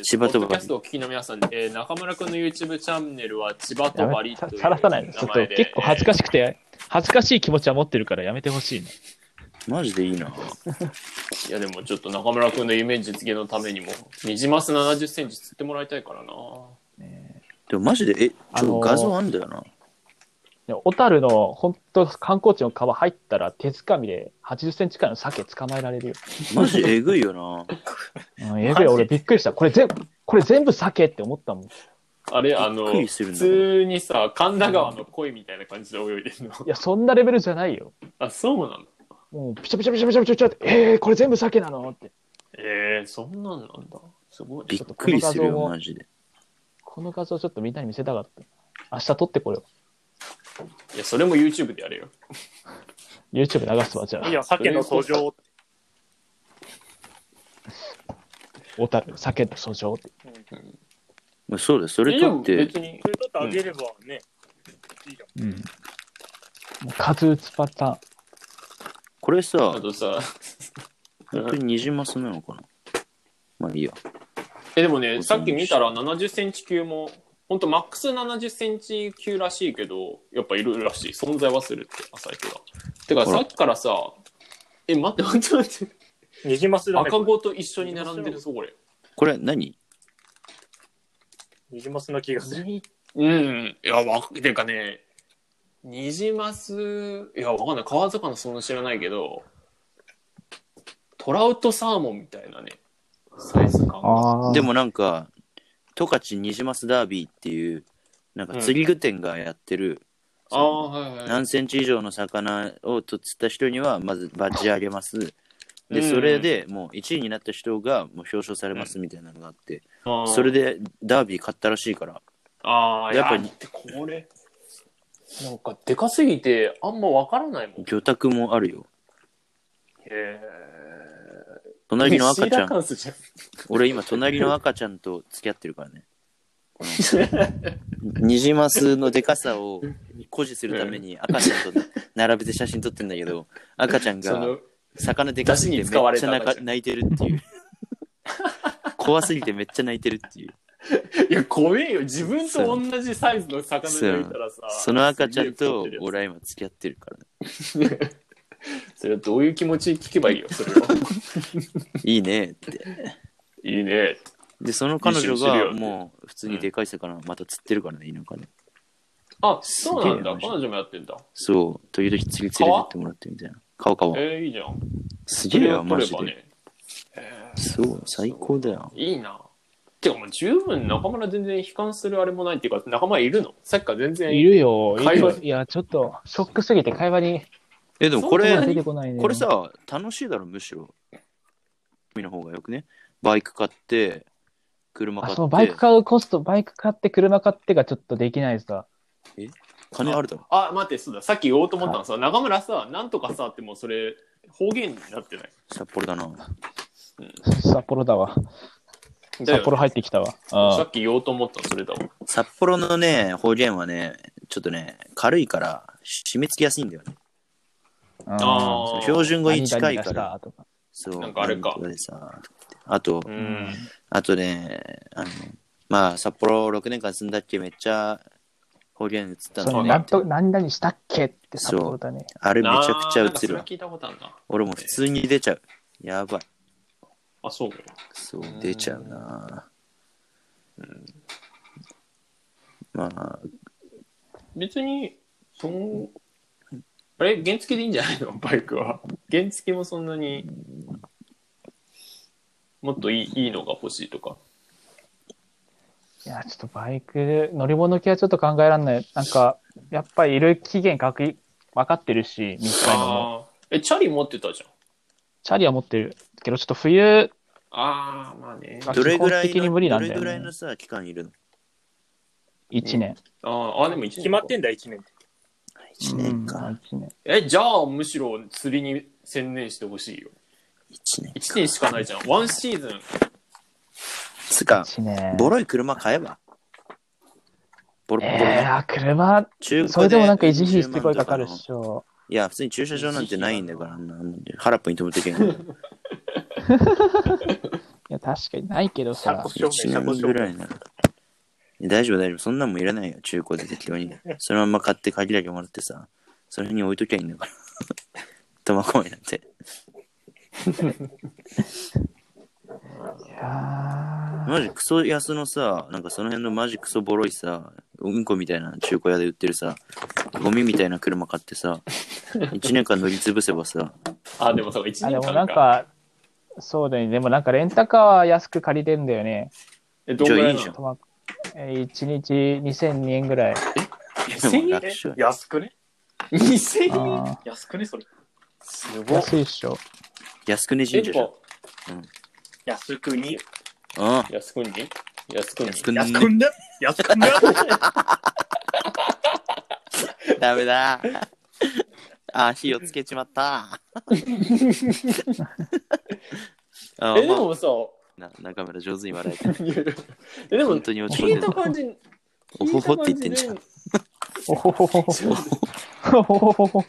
Speaker 2: 千葉とば
Speaker 1: ポッド
Speaker 2: り
Speaker 1: キャストをお聞きの皆さん、えー中村くんの YouTube チャンネルは千葉とばり
Speaker 4: やめ
Speaker 1: とい
Speaker 4: て
Speaker 1: う
Speaker 4: さらさないで。ち
Speaker 1: 名
Speaker 4: ょっと
Speaker 1: 前で。
Speaker 4: 結構恥ずかしくて、恥ずかしい気持ちは持ってるからやめてほしいね。
Speaker 2: マジでいいな。
Speaker 1: いやでもちょっと中村くんの夢実現のためにも、ニジマス70センチ釣ってもらいたいからな。
Speaker 2: でもマジで、え、ち
Speaker 4: あ
Speaker 2: ょ
Speaker 4: のー
Speaker 2: 画像あんだよな。
Speaker 4: でも小樽の本当観光地の川入ったら手づかみで80センチくらいの鮭捕まえられるよ。
Speaker 2: マジえぐいよ な。
Speaker 4: うん、えぐい、俺びっくりした。これ全部、これ全部鮭って思ったもん。い
Speaker 1: あれ、あの、
Speaker 2: びっくりする
Speaker 1: 普
Speaker 2: な
Speaker 1: 通にさ、神田川の鯉みたいな感じで泳いでるの。
Speaker 4: や、そんなレベルじゃないよ。
Speaker 1: あ、そうなの
Speaker 4: もう、ピチャピチャピチャピチャピチャピチャって、えー、これ全部鮭なのって。
Speaker 1: ええそんなんなんだ。すごい。
Speaker 2: びっくりするよ、マジで。
Speaker 4: この画像ちょっとみんなに見せたかった。明日撮ってこよ
Speaker 1: いや、それも YouTube でやれよ。
Speaker 4: う。YouTube 流すわ、じゃあ
Speaker 5: いい。よ、鮭の訴状。
Speaker 4: 小樽、鮭の訴状って。
Speaker 2: まあそうだよ、そ
Speaker 1: そ
Speaker 2: れ撮っ
Speaker 1: 別
Speaker 2: て、
Speaker 1: に
Speaker 5: そ。れ取ってあげればね、いいじゃ
Speaker 4: う
Speaker 5: ん。
Speaker 4: ん。もう数打つパターン。
Speaker 2: これさ、
Speaker 1: あとさ、
Speaker 2: 本当にニジマスなのかなまあいいや。
Speaker 1: え、でもね、さっき見たら70センチ級も、ほんとマックス70センチ級らしいけど、やっぱいるらしい。存在はするって、浅井君は。てか、
Speaker 2: ほら
Speaker 1: さっきからさ、え、待って待って待って。
Speaker 5: ニジマスだね。
Speaker 1: 赤子と一緒に並んでるぞ、これ。
Speaker 2: これ何
Speaker 5: ニジマスな気がする。
Speaker 1: うん。いや、わ、てかね、ニジマス、いや、わかんない。川魚そんな知らないけど、トラウトサーモンみたいなね、サイズ感が。
Speaker 4: あ
Speaker 2: で、もなんか、十勝ニジマスダービーっていう、なんか釣り具店がやってる、
Speaker 1: ああ、はいはい。
Speaker 2: 何センチ以上の魚をと釣った人には、まずバッジあげます。で、
Speaker 1: うん
Speaker 2: それでもう1位になった人がもう表彰されますみたいなのがあって、
Speaker 1: あー
Speaker 2: それ、でダービー買ったらしいから、
Speaker 1: ああ、や
Speaker 2: や
Speaker 1: っ
Speaker 2: っ
Speaker 1: ぱ
Speaker 2: ぱ
Speaker 1: り、これ、なんか、でかすぎて、あんまわからないもん。へ
Speaker 2: 魚拓もあるよ。
Speaker 1: え。
Speaker 2: 隣 の赤
Speaker 1: シ
Speaker 2: ち
Speaker 1: ー
Speaker 2: ゃ
Speaker 1: ラ
Speaker 2: ん
Speaker 1: カ、ンスじゃん。
Speaker 2: 俺今隣の赤ちゃんと付き合ってるからね。このニジマスのでかさを誇示するために赤ちゃんと並べて写真撮ってんだけど、赤ちゃん
Speaker 1: そ
Speaker 2: が
Speaker 1: の、
Speaker 2: 魚でかすぎてめっ
Speaker 1: 出汁に使われ
Speaker 2: ち
Speaker 1: た
Speaker 2: ゃ泣
Speaker 1: 赤
Speaker 2: か
Speaker 1: ちゃん
Speaker 2: 泣いてるって いう。怖すぎてめっちゃ泣いてるっていう。
Speaker 1: いや、怖えよ。自分と同じサイズの魚がいたらさ、
Speaker 2: その赤ちゃん
Speaker 1: すげえ太っ
Speaker 2: と
Speaker 1: てるやつ
Speaker 2: 俺は今付き合ってるからね。
Speaker 1: それはどういう気持ち聞けばいいよ、それ は。
Speaker 2: いいねって。
Speaker 1: いいね。
Speaker 2: で、その彼
Speaker 1: 一緒
Speaker 2: 女
Speaker 1: に知るよ
Speaker 2: が
Speaker 1: って
Speaker 2: もう普通にでかい魚また釣ってるからね、田舎で。
Speaker 1: あ、そうなんだ。
Speaker 2: すげえ
Speaker 1: 彼女もやってんだ。
Speaker 2: そう、時々釣り連れてってもらってみたいな。顔顔。
Speaker 1: えー、いいじゃん。
Speaker 2: すげえよ、
Speaker 1: それ
Speaker 2: マ
Speaker 1: を
Speaker 2: ジ
Speaker 1: 取れば
Speaker 2: で。
Speaker 1: ね。
Speaker 2: そう、最高だよ。
Speaker 1: いいな。てかもう十分中村全然悲観するあれもないっていうか、仲間いるのさっきから全然
Speaker 4: いるよ、い
Speaker 1: 会
Speaker 4: る
Speaker 1: 話
Speaker 4: よ。いや、ちょっと、ショックすぎて会話に
Speaker 2: え、でもこ
Speaker 4: 言葉
Speaker 2: れ
Speaker 4: が、出てこないね。
Speaker 2: これ、さ、楽しいだろ、むしろ。君の方がよくね。バイク買って、車買っ
Speaker 4: あ、
Speaker 2: て。
Speaker 4: そう、バイク買うコスト、バイク買って車買ってがちょっとできないさ。
Speaker 2: 金あるだろ。
Speaker 1: あ、待って、そうだ、さっき言おうと思ったのさ、中村さ、なんとかさってもうそれ、方言になってない。
Speaker 2: 札幌だな。
Speaker 4: 札幌だわ。
Speaker 1: だよ
Speaker 4: 札幌入ってきたわ。あ
Speaker 1: さ
Speaker 4: あ
Speaker 1: っき言おうと思ったのそれだもん。
Speaker 2: 札幌のね、方言はね、ちょっとね、軽いから、締め付きやすいんだよね。
Speaker 1: あー
Speaker 2: 標準語に近い
Speaker 4: 何々が
Speaker 2: か
Speaker 4: し
Speaker 2: ら。
Speaker 4: たとか
Speaker 2: そう。
Speaker 1: なんかあれか
Speaker 2: 何とでさとかってあと、
Speaker 1: うん。
Speaker 2: あとね、あの、まあ、札幌6年間住んだっけ、めっちゃ方言映った
Speaker 4: そ
Speaker 2: の
Speaker 4: う
Speaker 2: ね。
Speaker 4: なんと何々したっけって札幌だね。
Speaker 2: あれめちゃくち
Speaker 1: あーな
Speaker 2: ゃ
Speaker 1: んか
Speaker 2: 映
Speaker 1: そ
Speaker 2: る
Speaker 1: れ
Speaker 2: わ
Speaker 1: 聞いたことあるな。
Speaker 2: 俺も普通に出ちゃう。やばい。
Speaker 1: あ、そう。
Speaker 2: そう
Speaker 1: う、ん
Speaker 2: 出ちゃうな。まあ、
Speaker 1: 別に、そん、あれ、原付でいいんじゃないの バイクは。原付もそんなに、もっといいいいのが欲しいとか。
Speaker 4: いや、ちょっとバイク、乗り物系はちょっと考えられない。なんか、やっぱりいる期限かく分かってるし、短いのも。
Speaker 1: ああ。え、チャリ持ってたじゃん。
Speaker 4: チャリは持ってるけど、ちょっと冬、
Speaker 1: ああ、まあね。
Speaker 4: あ
Speaker 2: どれぐら
Speaker 4: 基
Speaker 2: い
Speaker 4: 本的に
Speaker 2: の、
Speaker 4: 無理な
Speaker 2: ど
Speaker 4: んだ
Speaker 2: れ
Speaker 4: よね
Speaker 2: ぐらいのさ、期間いるの
Speaker 4: 1年。
Speaker 1: あーあー、でも一年
Speaker 5: 決まってんだ、1年って。
Speaker 2: ?1 年
Speaker 4: うん
Speaker 2: か。
Speaker 4: 一年。
Speaker 1: え、じゃあ、むしろ釣りに専念してほしいよ。
Speaker 2: 1年。
Speaker 1: 1年しかないじゃん。ワンシーズン。
Speaker 2: つか、
Speaker 4: 一年。
Speaker 2: ボロい車買えば。ボロボロ
Speaker 4: え
Speaker 2: ね、
Speaker 4: ー、車、
Speaker 2: 中古
Speaker 4: それでもなんか維持費すごいかかるっしょ。
Speaker 2: いや、普通に駐車場なんてないんだから、あんなもんで原っぽに止めて けんから。
Speaker 4: いや、確かにないけどさ。
Speaker 5: 証明
Speaker 2: 1年ぐらいなら。大丈夫、大丈夫。そんなんもいらないよ、中古で適当に。そのまんま買って鍵だけもらってさ、その辺に置いときゃいいんだから。 苫小牧なんて。
Speaker 4: いや
Speaker 2: マジクソ安のさ、なんかその辺のマジクソボロいさ、うんこみたいな中古屋で売ってるさ、ゴミみたいな車買っ てさ、1年間乗り潰せばさ、
Speaker 1: あ、でもそう、1年
Speaker 4: ー
Speaker 1: 間
Speaker 4: あ、でも
Speaker 1: か。
Speaker 4: なんか、そうだよね。でもなんかレンタカーは安く借りてんだよね。
Speaker 1: え、どんぐらいな
Speaker 2: じゃあ
Speaker 1: の
Speaker 4: とまえー一日2000円ぐらい。
Speaker 2: でも
Speaker 1: 1000
Speaker 2: 楽
Speaker 1: 円
Speaker 2: 勝
Speaker 5: 安くね
Speaker 1: ?2000 円
Speaker 4: あ
Speaker 5: 安くねそれ。
Speaker 1: す
Speaker 4: ー
Speaker 1: ごい。
Speaker 4: 安いっしょ。
Speaker 2: 安くね
Speaker 1: え、
Speaker 2: 神
Speaker 1: で
Speaker 2: 社じゃん。
Speaker 1: も、
Speaker 5: 安くに。
Speaker 2: うん。
Speaker 1: 安くんに安くんに
Speaker 2: 安くね
Speaker 5: 安くんだ安くん だ
Speaker 2: ダ メだ。あ、火をつけちまった。 あ、
Speaker 1: え、で
Speaker 2: ま
Speaker 1: もさ、
Speaker 2: あ、な中村上手に笑えてる。
Speaker 1: え、でも
Speaker 2: 本、当に落ち込
Speaker 1: 聞
Speaker 2: ん
Speaker 1: い
Speaker 2: で
Speaker 1: た
Speaker 2: る。
Speaker 1: 感じ、
Speaker 2: おほほって言ってんじゃん。
Speaker 4: おほほほほ。おほほほほ。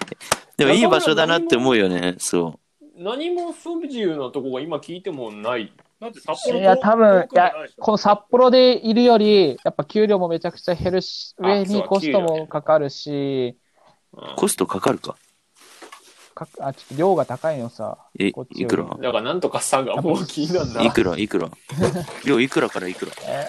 Speaker 2: でもいい場所だなって思うよね。そ
Speaker 1: 何も不自由なとこが今聞いてもない。
Speaker 5: なんで札
Speaker 4: い
Speaker 5: 幌
Speaker 4: や、多分、いや
Speaker 5: 遠くなでし、ょ
Speaker 4: この札幌でいるより、やっぱ給料もめちゃくちゃ減るし、
Speaker 1: あ
Speaker 4: 上にコス
Speaker 1: そ
Speaker 4: ト
Speaker 1: う給料
Speaker 4: もかかるし、
Speaker 1: うん
Speaker 2: う。コストかかるか。
Speaker 4: かあ、ちょっと量が高いのさ。
Speaker 2: え
Speaker 4: こっ、ちより
Speaker 2: いくら。
Speaker 1: だから、なんとかさがもう気になんない
Speaker 2: くら いくら量いくらからいくら
Speaker 4: え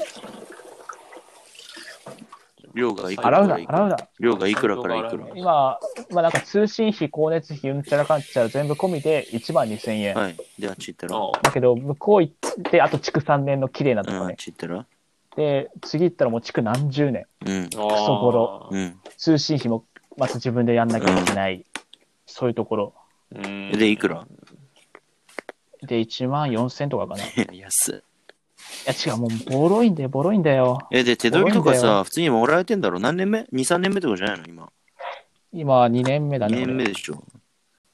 Speaker 2: 量がいくら
Speaker 4: 払
Speaker 2: か
Speaker 4: うな、
Speaker 2: らいく
Speaker 4: 払
Speaker 2: ら
Speaker 4: うな。
Speaker 2: 量がいくらからいくら
Speaker 4: 今、まあなんか通信費、光熱費、うんちゃらかんちゃら全部込みで1万2000円。
Speaker 2: はい。で、あっち行ったら。
Speaker 1: あ
Speaker 4: だけど、向こう行って、あと築3年の綺麗なと
Speaker 2: うん、
Speaker 4: こ
Speaker 2: あっ
Speaker 4: ね。
Speaker 2: ち行ったら。
Speaker 4: で、次行ったらもう築何十年。
Speaker 2: うん。
Speaker 1: あ
Speaker 4: そぼろ
Speaker 2: うん。
Speaker 4: 通信費もまた自分でやんなきゃいけない。そういうところ。
Speaker 1: うん
Speaker 2: で、いくら
Speaker 4: で、1万4000とかかな。い
Speaker 2: 安い。
Speaker 4: や違う、もうボロいんだよ、ボロいんだよ。
Speaker 2: え、で、手取りとか
Speaker 4: 多いんだ
Speaker 2: さ、
Speaker 4: よ
Speaker 2: 普通にもらえてんだろ何年目 ?2、3年目とかじゃないの今。
Speaker 4: 今2年目だ
Speaker 2: 2
Speaker 4: ね。
Speaker 2: 年
Speaker 4: 俺
Speaker 2: 目でしょ。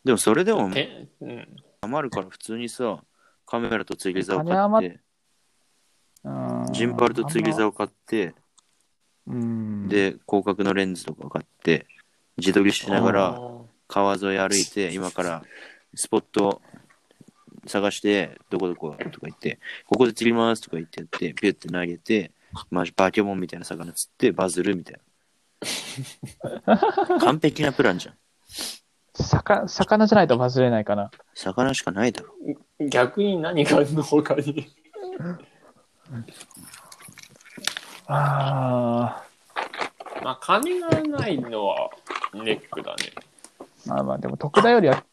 Speaker 2: でもそれでも
Speaker 1: えうん
Speaker 2: 余るから普通にさ、カメラと釣り竿
Speaker 4: 金
Speaker 2: 買っ
Speaker 4: 余
Speaker 2: て、
Speaker 4: うん
Speaker 2: ジンバルと釣り竿買って、
Speaker 4: うん。
Speaker 2: で、広角のレンズとか買って、自撮りしなが
Speaker 1: あ
Speaker 2: ら
Speaker 1: ー
Speaker 2: 川沿い歩いて、今からスポット探して、どこどことか行って、ここで釣りますとか言ってやって、ピュって投げて、マジバケモンみたいな魚釣ってバズるみたい な。完璧なプランじゃん。
Speaker 4: 魚、魚じゃないと忘れないかな。
Speaker 2: 魚しかないだろ。
Speaker 1: 逆に何があるの他に。
Speaker 4: あ
Speaker 1: まあ、金がないのはネックだね。
Speaker 4: あ。まあまあ、でも特大よりは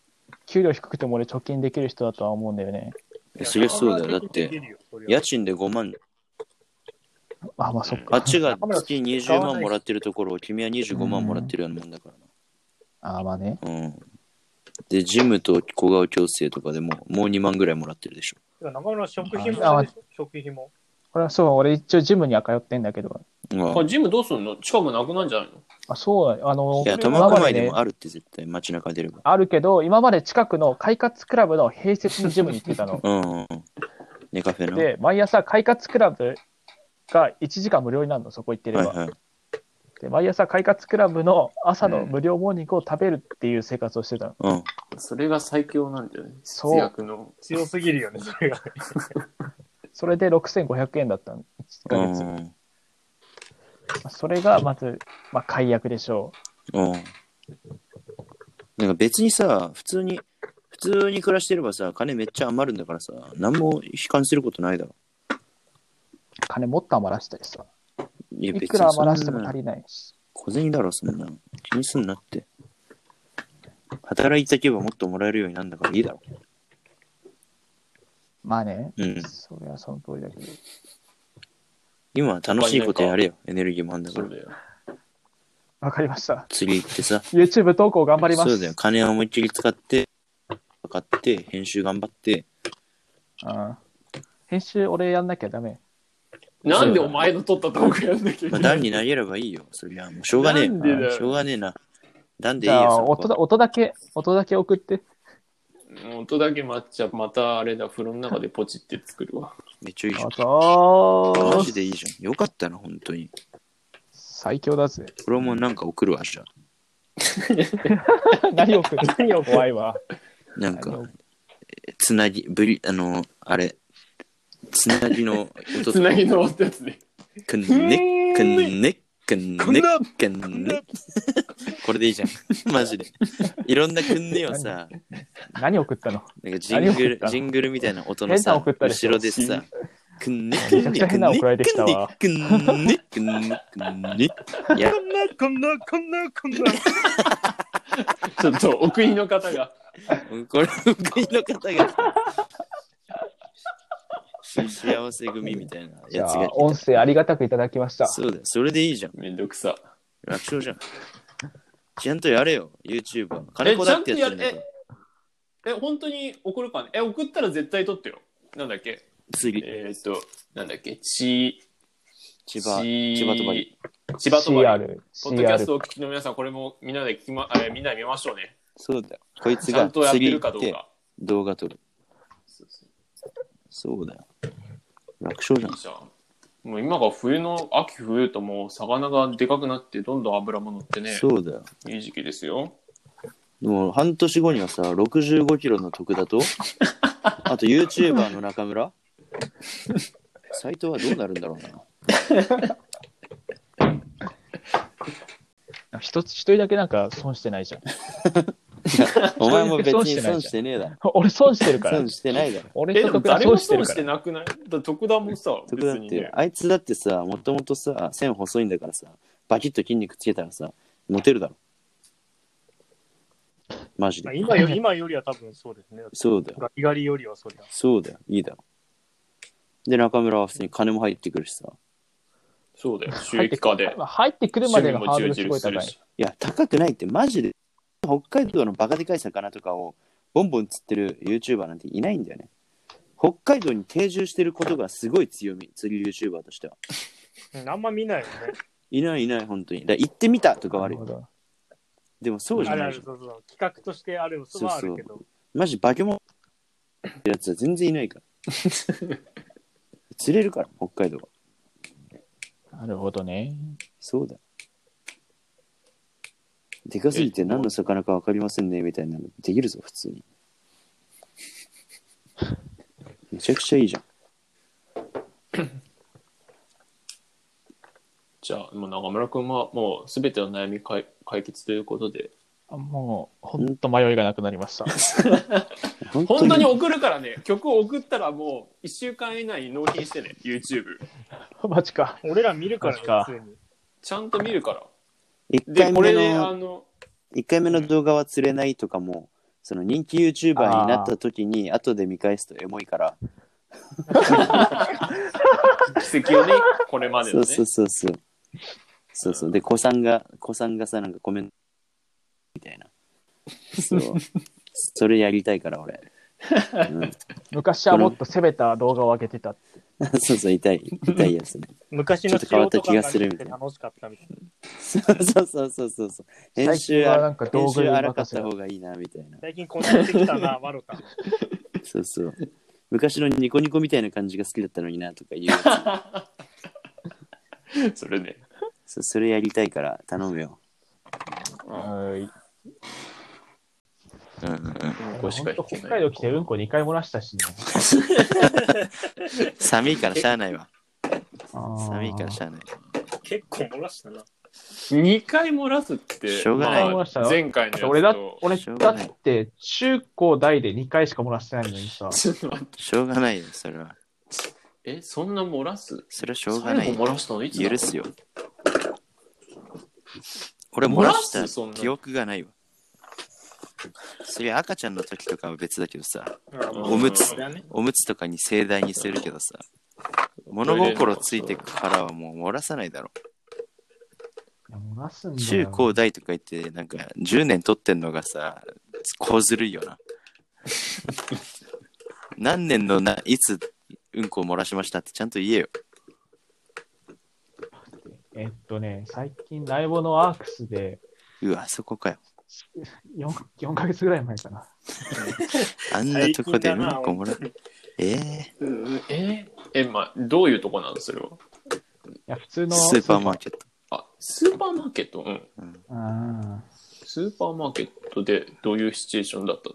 Speaker 4: 給料低くても俺貯金できる人だとは思うんだよね。
Speaker 2: そりゃそうだよ。だって、
Speaker 5: いや
Speaker 2: 家賃で5万
Speaker 4: あ、まあそっ
Speaker 2: あ
Speaker 4: か。
Speaker 2: っちが月20万もらってるところを君は25万もらってるようなもんだから
Speaker 4: あ、まあね。
Speaker 2: な。うん。で、ジムと小顔矯正とかでももう2万ぐらいもらってるでしょ。
Speaker 5: いや中村食費
Speaker 4: あ
Speaker 5: も
Speaker 4: あ
Speaker 5: 食費も
Speaker 4: これはそう、俺一応ジムには通ってんだけど。
Speaker 2: うん
Speaker 1: あジムどうすんの近くなくなんじゃないの
Speaker 4: あ、そうだ、あの、
Speaker 2: いや、
Speaker 4: 今
Speaker 2: 苫小
Speaker 4: ま
Speaker 2: 牧
Speaker 4: で
Speaker 2: で
Speaker 4: ね
Speaker 2: もあるって絶対街中出れば。。
Speaker 4: あるけど、今まで近くの快活クラブの併設のジムに行ってたの
Speaker 2: うんうんうん。ネカフェの。
Speaker 4: で、毎朝快活クラブが1時間無料になるの、そこ行ってれば。
Speaker 2: はいはい。
Speaker 4: で毎朝快活クラブの朝の無料モーニングを食べるっていう生活をしてたの。
Speaker 2: うん。
Speaker 1: それが最強なんだよね。
Speaker 4: そう
Speaker 1: 節約の。
Speaker 5: 強すぎるよね、それが。
Speaker 4: それで6500円だったの、1ヶ月。ま
Speaker 2: う
Speaker 4: あそれがまず、まあ、解約でしょ
Speaker 2: ん。うん。なんか別にさ、普通に、普通に暮らしてればさ、金めっちゃ余るんだからさ、何も悲観することないだろ。
Speaker 4: う。金もっと余らしたりさ。
Speaker 2: いや、
Speaker 4: い
Speaker 2: 別
Speaker 4: く
Speaker 2: に
Speaker 4: ら
Speaker 2: そん
Speaker 4: 余
Speaker 2: な
Speaker 4: らしても足りないし。
Speaker 2: 小銭だろ、そんなの。気にすんなって。働いていけばもっともらえるようになるんだからいいだろ。
Speaker 4: まあね。
Speaker 2: うん。
Speaker 4: それはその通りだけど。
Speaker 2: 今は楽しいことやれよ。エネルギーもあんだか
Speaker 1: そ
Speaker 2: ら
Speaker 1: う。だよ。
Speaker 4: わかりました。
Speaker 2: 釣り行ってさ。
Speaker 4: YouTube 投稿頑張ります。
Speaker 2: そうだよ。金を思いっきり使って、買って、編集頑張って。
Speaker 4: うん編集俺やんなきゃダメ。
Speaker 1: なんでお前の撮った動画やんなきゃいけ
Speaker 2: まあ、
Speaker 1: ない
Speaker 2: 段に投げればいい よ。そりゃ、もうしょうがねえ。
Speaker 1: なんでだよ
Speaker 2: しょうがねえな。段でい
Speaker 4: じ
Speaker 2: い
Speaker 4: ゃあ
Speaker 2: よ。
Speaker 4: 音だ、音だけ、音だけ送って。
Speaker 1: 音だけ抹茶、またあれだ、風呂の中でポチって作るわ。
Speaker 2: めっちゃいいじゃ
Speaker 4: あ
Speaker 2: ん。
Speaker 4: と
Speaker 2: マ
Speaker 4: ー
Speaker 2: ジでいいじゃん。よかったな、本当に。
Speaker 4: 最強だぜ。
Speaker 2: これもなんか送るわ、じゃ
Speaker 4: 何送る何を怖いわ。
Speaker 2: あなんか
Speaker 4: あの、
Speaker 2: つなぎ、ぶり、あの、あれ、つなぎの音
Speaker 1: つなぎの終わったやつで。
Speaker 2: くんね、くんね、くんね、くんね。 これでいいじゃん。マジで。いろんなくんねをさ、
Speaker 4: 何送ったの
Speaker 2: なんかジング
Speaker 4: 何送っ
Speaker 2: ル、
Speaker 4: た
Speaker 2: ジングルみたいな音の
Speaker 4: 変な
Speaker 2: さ、
Speaker 4: 送ったでし
Speaker 2: 後
Speaker 4: ょ
Speaker 2: ろでさ、くんね、
Speaker 4: めちゃくちゃ変な送られてきたわ
Speaker 2: くんね、くんね、くんね、くんね。いや、
Speaker 5: こんな、こんな、こんな、こんな。
Speaker 1: ちょっと、お国の方が。
Speaker 2: これ、福井の方が。幸せ組みたいな
Speaker 4: じ
Speaker 2: や
Speaker 4: ゃ
Speaker 2: つが
Speaker 4: あ、音声ありがたくいただきました。
Speaker 2: そうだよ。それでいいじゃん。
Speaker 1: めんどくさ。
Speaker 2: 楽勝じゃん。ちゃんとやれよ、YouTuber。金子だってやってんだか
Speaker 1: えちゃんとやれ
Speaker 2: ら。
Speaker 1: え、本当に送るかねえ、送ったら絶対撮ってよ。なんだっけ
Speaker 2: 次、
Speaker 1: えーっと、なんだっけち、
Speaker 2: 千葉、
Speaker 1: ち
Speaker 2: 千葉とばり。。
Speaker 1: 千葉とばり。
Speaker 4: CR。
Speaker 1: ポッドキャストを
Speaker 4: CR。
Speaker 1: お聞きの皆さん、これもみんなで聞きま、えみんなで見ましょうね。
Speaker 2: そうだよ。こいつ
Speaker 1: ちゃ
Speaker 2: が
Speaker 1: んとやって
Speaker 2: 釣り
Speaker 1: るか
Speaker 2: 行っ
Speaker 1: どう
Speaker 2: て
Speaker 1: か。
Speaker 2: 動画撮る。そうだよ。楽勝じゃん。
Speaker 1: じゃあもう今が冬の、秋冬ともう魚がでかくなって、どんどん脂も乗ってね、
Speaker 2: そうだよ。
Speaker 1: いい時期ですよ。
Speaker 2: もう半年後にはさ、65キロの徳 田と、あと YouTuber の中村斎藤はどうなるんだろうな。
Speaker 4: 一つ、一人だけなんか損してないじゃん。
Speaker 2: お前も別に損してねえだろ。
Speaker 4: 俺損してるから
Speaker 2: 損。してないだろ。
Speaker 4: 俺
Speaker 1: え、で
Speaker 4: と
Speaker 1: も
Speaker 4: 徳田
Speaker 1: 誰も
Speaker 4: 損して
Speaker 1: 損
Speaker 4: る
Speaker 1: し
Speaker 4: か
Speaker 1: て
Speaker 4: ら。
Speaker 1: なくないだから徳田もさ、
Speaker 2: 徳田
Speaker 1: 別
Speaker 2: っ
Speaker 1: に
Speaker 2: て
Speaker 1: ね、。
Speaker 2: あいつだってさ、もともとさ、線細いんだからさ、バキッと筋肉つけたらさ、モテるだろ。マジで。
Speaker 5: 今よ今よりは多分そうですね。
Speaker 2: そうだよ。
Speaker 5: ガリガリよりはそりゃ。
Speaker 2: そうだよ。いいだろ。で、中村は普通に金も入ってくるしさ。
Speaker 1: そうだよ、収益化で。
Speaker 4: 入ってくるま
Speaker 1: 趣
Speaker 4: で
Speaker 1: 味
Speaker 4: の
Speaker 1: も
Speaker 4: ハー
Speaker 1: 充
Speaker 4: ドルす
Speaker 1: 実
Speaker 4: ごい
Speaker 1: する
Speaker 4: 高い。
Speaker 1: し。
Speaker 2: いや、高くないってマジで。北海道のバカでかい魚とかをボンボン釣ってる YouTuber なんていないんだよね。北海道に定住してることがすごい強み。釣り YouTuber としては。
Speaker 5: うんあんま見ないよね。
Speaker 2: いないいない、本当に。だから行ってみたとかはある
Speaker 4: な
Speaker 2: よ。
Speaker 4: るほど
Speaker 2: でもそうじ
Speaker 5: あ
Speaker 2: ゃ
Speaker 5: る
Speaker 2: な
Speaker 5: あ
Speaker 2: い
Speaker 5: る
Speaker 2: じゃん。
Speaker 5: そうそう。企画としてある、それはあるけど。
Speaker 2: マジ化け物ってやつは全然いないから。 釣れるから、北海道は。
Speaker 4: なるほどね。
Speaker 2: そうだ。でかすぎて何の魚かわかりませんね、みたいなのできるぞ、普通に。 めちゃくちゃいいじゃん。
Speaker 1: じゃあ、もう中村くんはもうすべての悩み解解決ということで。
Speaker 4: あもう、ほんと迷いがなくなりました。
Speaker 2: 本
Speaker 1: 本当に送るからね、曲を送ったらもう1週間以内に納品してね、YouTube。
Speaker 4: マジか。
Speaker 5: 俺ら見るから
Speaker 4: 確か
Speaker 5: ね、普通に。
Speaker 1: ちゃんと見るから。
Speaker 2: 1
Speaker 1: で、
Speaker 2: 回
Speaker 1: こ
Speaker 2: 目
Speaker 1: れで、あ
Speaker 2: の、
Speaker 1: の、
Speaker 2: 一回目の動画は釣れないとかも、その人気 YouTuber になった時に、後で見返すとエモいから、
Speaker 1: 奇跡を ね、これまで
Speaker 2: そ
Speaker 1: の
Speaker 2: う
Speaker 1: ね。
Speaker 2: そうそうそう。そうそう。で、子さんが、子さんがさ、なんかコメント、みたいな。 そう。それやりたいから、俺。う
Speaker 4: 昔はもっと攻めた動画を上げてた。
Speaker 2: ん、 そうそう、痛い、痛いや つね。
Speaker 5: 昔の素人感が見てて楽しかったみたいな。
Speaker 2: そうそうそうそうそうそう。編集
Speaker 4: は
Speaker 2: あ、
Speaker 4: なんか
Speaker 2: 編
Speaker 4: 動画
Speaker 2: 集
Speaker 4: に
Speaker 2: 荒かっ
Speaker 4: 任せ
Speaker 2: た
Speaker 4: た
Speaker 2: 方。がいいな、みたいな。
Speaker 5: 最近こんなってきたな、ワロタ。
Speaker 2: そうそう。昔のニコニコみたいな感じが好きだったのにな、とか言うや つ。
Speaker 1: それね。
Speaker 2: そうそれやりたいから、頼むよ。
Speaker 4: はい。
Speaker 2: うんうんうん。
Speaker 1: これしか弾け
Speaker 4: 北
Speaker 1: な
Speaker 4: 海
Speaker 1: い
Speaker 4: 道来てうんこ2回漏らしたし、ね。
Speaker 2: 寒いからしゃあないわ。寒
Speaker 4: 寒
Speaker 2: いからしゃあない。
Speaker 5: 結構漏らしたな。
Speaker 1: 2回漏らすって、
Speaker 2: しょうがない
Speaker 1: まあ前回のやつと
Speaker 4: 俺だ、俺
Speaker 2: しょう
Speaker 4: だ
Speaker 2: がない
Speaker 4: って、中高大で2回しか漏らしてないのにさ。
Speaker 1: ちょっと待って
Speaker 2: しょうがないよ、それは。
Speaker 1: え、そんな漏らす
Speaker 2: それはしょうがない
Speaker 1: 最。後漏らしたのいつだ
Speaker 2: 許すよ。俺漏らし
Speaker 1: 漏
Speaker 2: た
Speaker 1: らすそんな
Speaker 2: 記憶がないわ。それ赤ちゃんの時とかは別だけどさ、おむつ
Speaker 5: だね。
Speaker 2: おむつとかに盛大にするけどさ、物心ついてからはもう漏らさないだろ。
Speaker 4: いや漏らすんだよ
Speaker 2: 中高大とか言って、なんか10年取ってんのがさ、小ずるいよ な。何年のないつうんこを漏らしましたってちゃんと言えよ。
Speaker 4: えっとね、最近ライブのアークスで
Speaker 2: うわ、あそこかよ。
Speaker 4: 4、4ヶ月ぐらい前かな。
Speaker 2: あんなとこでうんこ漏らええ
Speaker 1: うんえ、え、まあ、どういうとこなんそれは。
Speaker 4: いや、普通の。
Speaker 2: スーパーマーケット。
Speaker 1: あ、スーパーマーケットうん。
Speaker 4: うん
Speaker 1: スーパーマーケットでどういうシチュエーションだった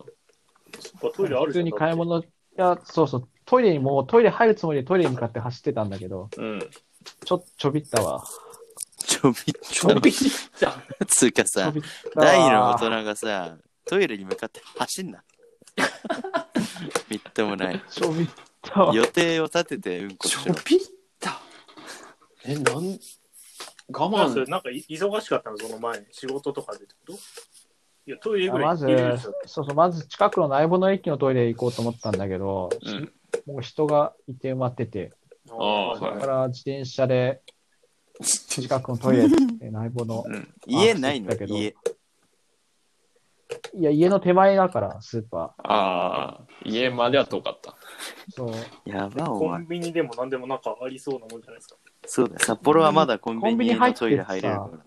Speaker 1: の
Speaker 5: トイレあ
Speaker 4: 普
Speaker 5: る
Speaker 4: 通に買い物、いや、そうそう、トイレにもうトイレ入るつもりでトイレに向かって走ってたんだけど、
Speaker 1: うん。
Speaker 4: ちょ、ちょびったわ。
Speaker 2: ちょびち
Speaker 1: ちょ
Speaker 2: ょ
Speaker 1: びちゃん。
Speaker 2: つうか
Speaker 4: ちょ
Speaker 2: さ
Speaker 4: び、ったわ
Speaker 2: 大の大人がさ、トイレに向かって走んな。みっともない。
Speaker 4: ちょびっ たわ。
Speaker 2: 予定を立ててうんこし
Speaker 1: ちょ
Speaker 2: ろ。
Speaker 1: びった。え、なん、
Speaker 5: な
Speaker 1: 我
Speaker 5: んか
Speaker 1: 慢。
Speaker 5: なんか忙しかったの、その前に。仕事とかでってこといや、トイレぐらい
Speaker 4: まず
Speaker 5: 行けるでしょ。、
Speaker 4: そうそう、まず近くの内部の駅のトイレ行こうと思ったんだけど、
Speaker 1: うん。
Speaker 4: もう人がいて埋まってて、
Speaker 5: あ
Speaker 1: ああ、
Speaker 4: それ
Speaker 1: は
Speaker 4: から自転車で近くのトイレ、え内部の
Speaker 1: い。、うん。
Speaker 2: 家ないの
Speaker 4: あそうだけど
Speaker 2: 家。
Speaker 4: いや、家の手前だから、スーパ
Speaker 1: ああ、家までは遠かった。
Speaker 4: ー。そう、
Speaker 2: やば、お
Speaker 5: コ
Speaker 2: 前。
Speaker 5: ンビニでも何でもなんかありそうなもんじゃないですか。
Speaker 2: そうだよ、札幌はまだコン
Speaker 4: コン
Speaker 2: ビ
Speaker 4: ビ
Speaker 2: ニ
Speaker 4: ニ
Speaker 2: の
Speaker 4: 入
Speaker 2: トイレ入れる
Speaker 4: っ
Speaker 2: か
Speaker 4: て
Speaker 2: ら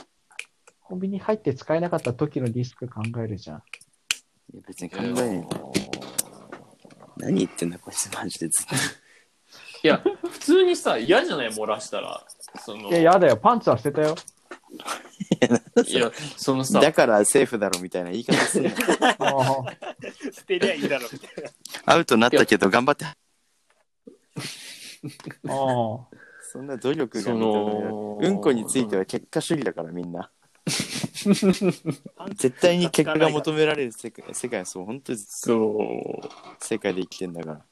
Speaker 2: な。
Speaker 4: コンビニ入って使えなかった時のリスク考えるじゃん。
Speaker 2: いや別に考えないよ。何言ってんだ、こいつマジでずっと。
Speaker 1: いや、普通にさ、嫌じゃない漏らしたら。その、
Speaker 4: いや、やだよ、パンツは捨てたよ。
Speaker 1: いやそのさ、
Speaker 2: だからセーフだろみたいな言い方する。
Speaker 4: あー
Speaker 5: 捨てりゃいいだろみたいな。
Speaker 2: アウトになったけど頑張って。
Speaker 4: あー。
Speaker 2: そんな努力が
Speaker 1: そ
Speaker 2: 認められ
Speaker 1: の
Speaker 2: うんこについては結果主義だからみんな。 絶対に結果が求められる世界世界はそう本当に
Speaker 1: そう。
Speaker 2: 世界で生きてんだ から。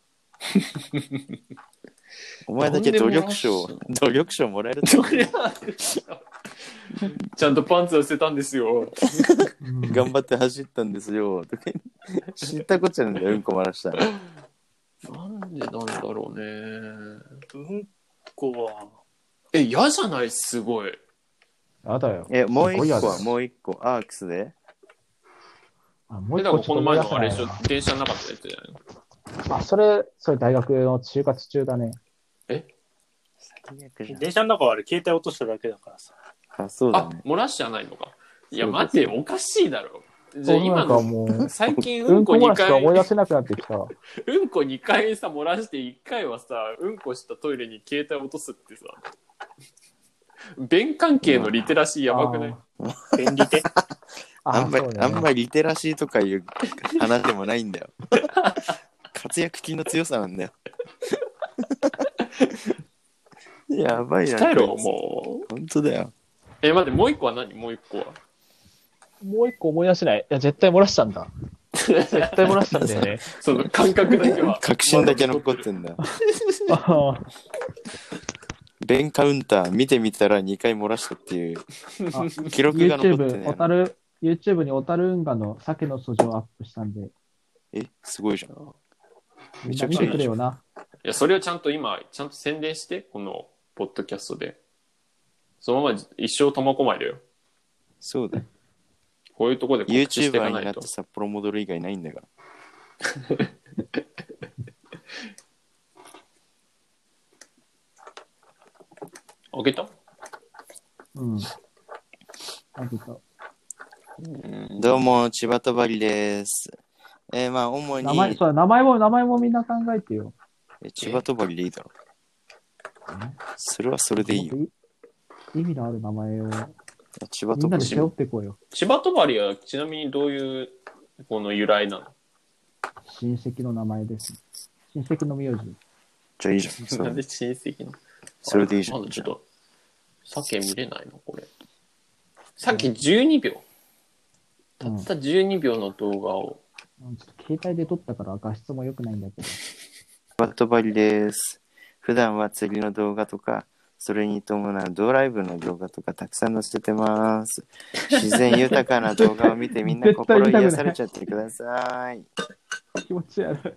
Speaker 2: お前だけ努力賞を
Speaker 1: とん
Speaker 2: 努力賞もらえる
Speaker 1: そ
Speaker 2: と
Speaker 1: りゃちゃんとパンツは捨てたんですよ。
Speaker 4: うん
Speaker 2: 頑張って走ったんですよとか言って知ったこっちゃなんだようんこ漏らしたら
Speaker 1: なんでなんだろうね。
Speaker 5: うんこは、
Speaker 1: え、嫌じゃないすごい。
Speaker 4: やだよ。
Speaker 2: えもう一
Speaker 4: すごいや
Speaker 2: 個
Speaker 4: だ
Speaker 2: はもう一個アークスで
Speaker 4: あもう
Speaker 1: え
Speaker 4: 一
Speaker 1: だか
Speaker 4: 個
Speaker 1: ら
Speaker 4: ち
Speaker 1: こ
Speaker 4: ょっと
Speaker 1: の
Speaker 4: 思
Speaker 1: 前
Speaker 4: い出
Speaker 1: のあ
Speaker 4: せな
Speaker 1: れで
Speaker 4: いな
Speaker 1: しょ、電車の中でやつじゃないの
Speaker 4: あ、それ、それ大学の就活中だね。
Speaker 5: 電車の中はあれ携帯落としただけだからさ。
Speaker 2: あそうだ
Speaker 1: あ
Speaker 2: ね、
Speaker 1: 漏らしてはないのか。いや、
Speaker 2: そう
Speaker 1: 待て、おかしいだろ。じゃあ
Speaker 4: そう
Speaker 1: 今
Speaker 4: なんか
Speaker 1: の、
Speaker 4: もう、
Speaker 1: 最近
Speaker 4: う
Speaker 1: うんん
Speaker 4: こ
Speaker 1: こ
Speaker 4: 漏ら
Speaker 1: 2
Speaker 4: しか
Speaker 1: 回、
Speaker 4: 思い出せなくなってきたわ。
Speaker 1: うんこ2回さ、漏らして1回はさ、うんこしたトイレに携帯落とすってさ、便関係のリテラシーやばくない
Speaker 5: 便利で。
Speaker 4: あ
Speaker 2: あ
Speaker 4: ー
Speaker 2: んまり、
Speaker 4: そう
Speaker 2: あ
Speaker 4: だ
Speaker 2: ん
Speaker 4: ね
Speaker 2: まりリテラシーとかいう 話でもないんだ よ活躍金の強さなんだよやばいな
Speaker 1: 鍛えろ、もう。
Speaker 2: 本当だよ
Speaker 1: え、待って、もう1個は何もう1個は。
Speaker 4: もう一個思い出せない。いや、絶対漏らしたんだ。絶対漏らしたんだ よね。
Speaker 1: その感覚だけは。
Speaker 2: 確信だけ残ってんだよ
Speaker 4: あ
Speaker 2: ベンカウンター見てみたら2回漏らしたっていう
Speaker 4: ー
Speaker 2: 記録が残ってね
Speaker 4: YouTube、小樽、YouTube に小樽運河の鮭の素性をアップしたんで、
Speaker 2: えすごいじゃん
Speaker 4: みんな見てくれよな。
Speaker 1: いや、それをちゃんと今、ちゃんと宣伝して、この、ポッドキャストで。そのまま一生苫小牧だよ。
Speaker 2: そうだ。
Speaker 1: こういうところで告知していか
Speaker 2: YouTuber
Speaker 1: な
Speaker 2: に
Speaker 1: い
Speaker 2: なっ
Speaker 1: と
Speaker 2: て。札幌戻る以外ないんだから。
Speaker 1: 開けた
Speaker 4: うん。あとさ
Speaker 2: うんどうも、千葉とばりです。えー、まあ、主に
Speaker 4: 名、前、そう、名前も、名前もみんな考えてよ。
Speaker 2: え千葉とばりでいいだろ
Speaker 4: え。
Speaker 2: それはそれでいいよ。
Speaker 4: 意味のある名前を、
Speaker 2: 千葉
Speaker 4: み
Speaker 2: と
Speaker 4: んな
Speaker 2: ば
Speaker 4: で
Speaker 2: り。
Speaker 4: 背負ってこうよ。
Speaker 1: 千葉とばりはちなみにどういう、この由来なの
Speaker 4: 親戚の名前です。親戚の名字。
Speaker 2: じゃあいいじゃん。そ
Speaker 1: な
Speaker 2: れ
Speaker 1: ん
Speaker 2: で
Speaker 1: で親戚の
Speaker 2: それでいいじゃん
Speaker 1: あまだちょっと、鮭見れないのこれ。さっき12秒。た
Speaker 4: うん
Speaker 1: っ。た12秒の動画を。
Speaker 4: うんちょっと携帯で撮ったから画質も良くないんだけど。
Speaker 2: バットバリです。普段は釣りの動画とか、それに伴うドライブの動画とかたくさん載せてます。自然豊かな動画を見てみんな
Speaker 4: 絶対
Speaker 2: 心
Speaker 4: 見たくない
Speaker 2: 癒されちゃってください。
Speaker 4: 気持ち悪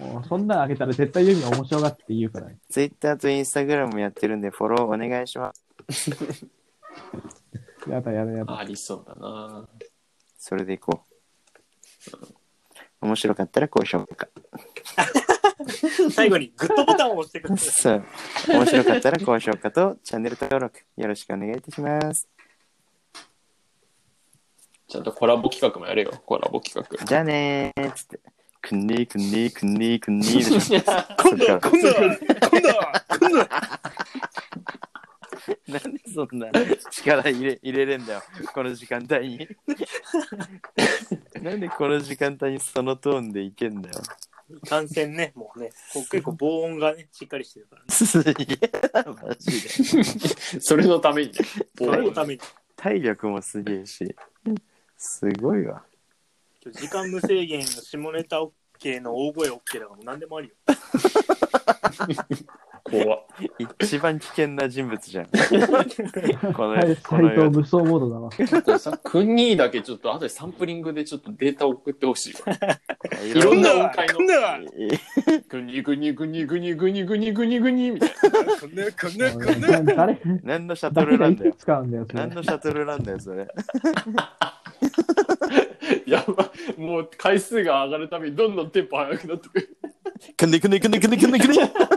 Speaker 4: い。もうそんなんあげたら絶対ユミが面白がって言うからね。
Speaker 2: Twitter と Instagram もやってるんでフォローお願いします。
Speaker 4: やだやだやだ。
Speaker 1: ありそうだな
Speaker 2: それでいこう。面白かったら高評価。
Speaker 5: 最後にグッドボタンを押してください。
Speaker 2: そう。面白かったら高評価とチャンネル登録よろしくお願いいたします。
Speaker 1: ちゃんとコラボ企画もやれよ。コラボ企画。
Speaker 2: じゃあねーっつって。くねくねくねくねでしょ。そっから
Speaker 5: 今度は、今度は、今度は、
Speaker 2: なんでそんな力入れ入れれんだよ、この時間帯に。なんでこの時間帯にそのトーンでいけんだよ。
Speaker 5: 感染ね、もうね、こう結構防音がね、しっかりしてるからね。
Speaker 2: すげえな、マジで。
Speaker 1: それのためにね。
Speaker 5: それのために、
Speaker 2: 体力もすげえし、すごいわ。
Speaker 5: 今日時間無制限の下ネタ OK の大声 OK だからもう何でもありよ。
Speaker 1: 怖っ
Speaker 2: 一番危険な人物じゃん。こ
Speaker 4: はい、
Speaker 2: の、この
Speaker 4: 斎藤
Speaker 2: 世
Speaker 4: 無双モードだわ。
Speaker 1: これさ、クニーだけちょっと、後でサンプリングでちょっとデータ送ってほしいわ。
Speaker 2: い
Speaker 1: いろんな音階
Speaker 5: 今度
Speaker 1: の、
Speaker 5: は、
Speaker 1: クニークニークニークニークニークニークニークニーみたいな。
Speaker 5: こねこねこ
Speaker 4: 誰
Speaker 5: ね。
Speaker 4: 誰
Speaker 2: 何のシャトルなん
Speaker 4: 誰がい
Speaker 2: だよ
Speaker 4: つ。使うんだよ、それ
Speaker 2: 何。のシャトルなんだよ、それ。
Speaker 1: やば、もう回数が上がるたびにどんどんテンポ速くなってくる。
Speaker 2: くねくねくねくねくねくね。
Speaker 5: こねこね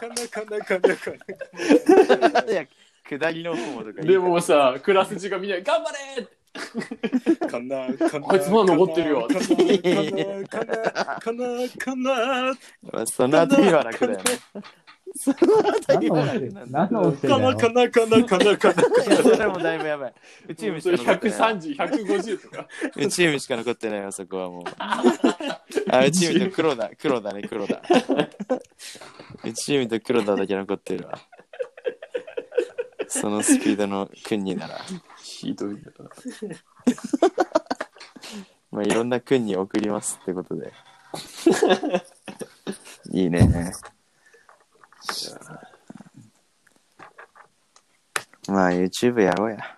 Speaker 5: こねこねこね。
Speaker 2: いや、下りの方とかいい
Speaker 1: でもさ、クラス時間みんな、頑張れって
Speaker 5: かなかな
Speaker 1: あいつまだ残ってるよ
Speaker 5: かなかなかなかな
Speaker 2: まあその後には楽だよね。その後
Speaker 4: 何
Speaker 2: に
Speaker 4: の
Speaker 2: は楽
Speaker 4: 音声
Speaker 2: なんだよ
Speaker 4: 何の音声
Speaker 5: か
Speaker 4: だ
Speaker 5: な
Speaker 4: よ。
Speaker 5: かなかなかなかな。
Speaker 2: いやそれもだいぶやばい。うチームしか残ってない。
Speaker 1: 130、150とか。
Speaker 2: うチームしか残ってないよ、そこ はもう。あ、うチームと黒だ、黒だね、黒だ。うチームと黒だだけ残ってるわ。そのスピードの訓になら。
Speaker 1: ひどいな。
Speaker 2: まあ、いろんな訓に送りますってことで。いいね。まあ、YouTube やろうや。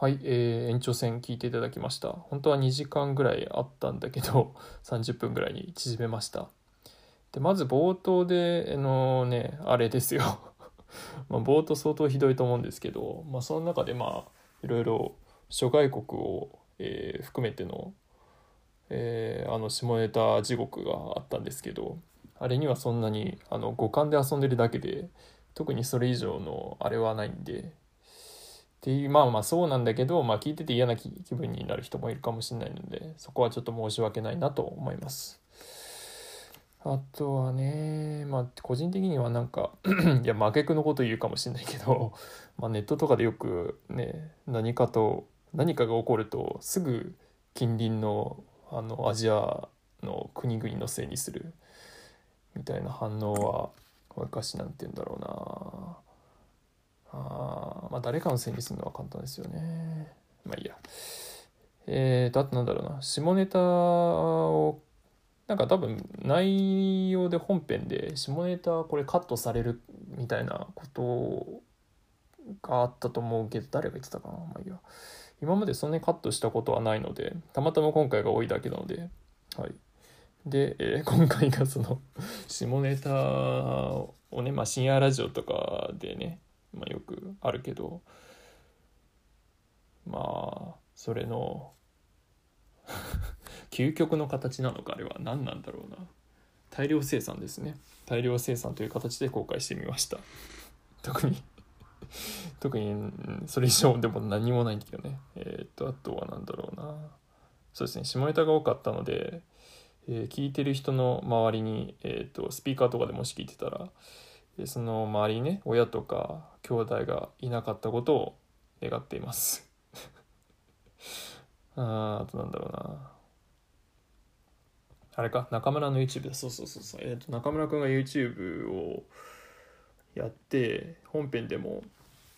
Speaker 6: はい、えー延長戦聞いていただきました。本当は2時間ぐらいあったんだけど、30分 ぐらいに縮めました。で、まず冒頭で、あのね、あれですよ。 まあ冒頭相当ひどいと思うんですけど、まあ、その中で、まあ、いろいろ諸外国を、えー含めての、えーあの下ネタ地獄があったんですけど、あれにはそんなにあの五感で遊んでるだけで、特にそれ以上のあれはないんで、っていうまあまあそうなんだけど、まあ、聞いてて嫌な気気分になる人もいるかもしれないのでそこはちょっと申し訳ないなと思いますあとはねまあ個人的にはなんか いや真逆のこと言うかもしれないけど、 まあ、ネットとかでよくね何かと何かが起こるとすぐ近隣のあのアジアの国々のせいにするみたいな反応は昔なんて言うんだろうなあーまあ誰かのせいにするのは簡単ですよねまあいいやえーとあとなんだろうな下ネタをなんか多分内容で本編で下ネタこれカットされるみたいなことがあったと思うけど誰が言ってたかなまあいいや今までそんなにカットしたことはないのでたまたま今回が多いだけなのではいで、えー今回がその下ネタをね、まあ、深夜ラジオとかでね、まあ、よくあるけどまあそれの 究極の形なのかあれは何なんだろうな大量生産ですね大量生産という形で公開してみました特に 特にうんそれ以上でも何もないんだけどねえーっとあとは何だろうなそうですね下ネタが多かったので、えー聞いてる人の周りに、えーっとスピーカーとかでもし聞いてたら、えーその周りにね親とか兄弟がいなかったことを願っています あーあとなんだろうなあれか中村の YouTube だそうそうそうそう、えー、と中村くんが YouTube をやって本編でも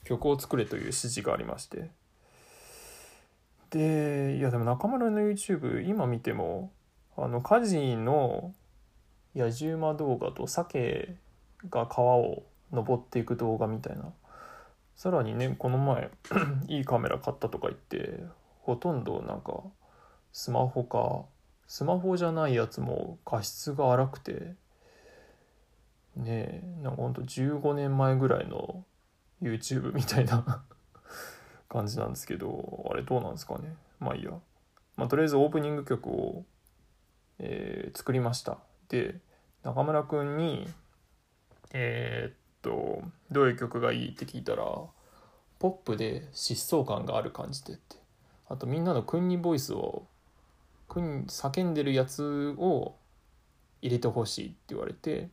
Speaker 6: 曲を作れという指示がありましてでいやでも中村の YouTube 今見てもあのカジの野じ馬動画と鮭が川を登っていく動画みたいなさらにねこの前 いいカメラ買ったとか言ってほとんどなんかスマホかスマホじゃないやつも画質が荒くてねえなんかほんと15年前ぐらいの YouTube みたいな 感じなんですけどあれどうなんですかねまあいいや、まあ、とりあえずオープニング曲を、えー作りましたで中村くんにえーっとどういう曲がいいって聞いたらポップで疾走感がある感じでってあとみんなの君にボイスを君叫んでるやつを入れてほしいって言われて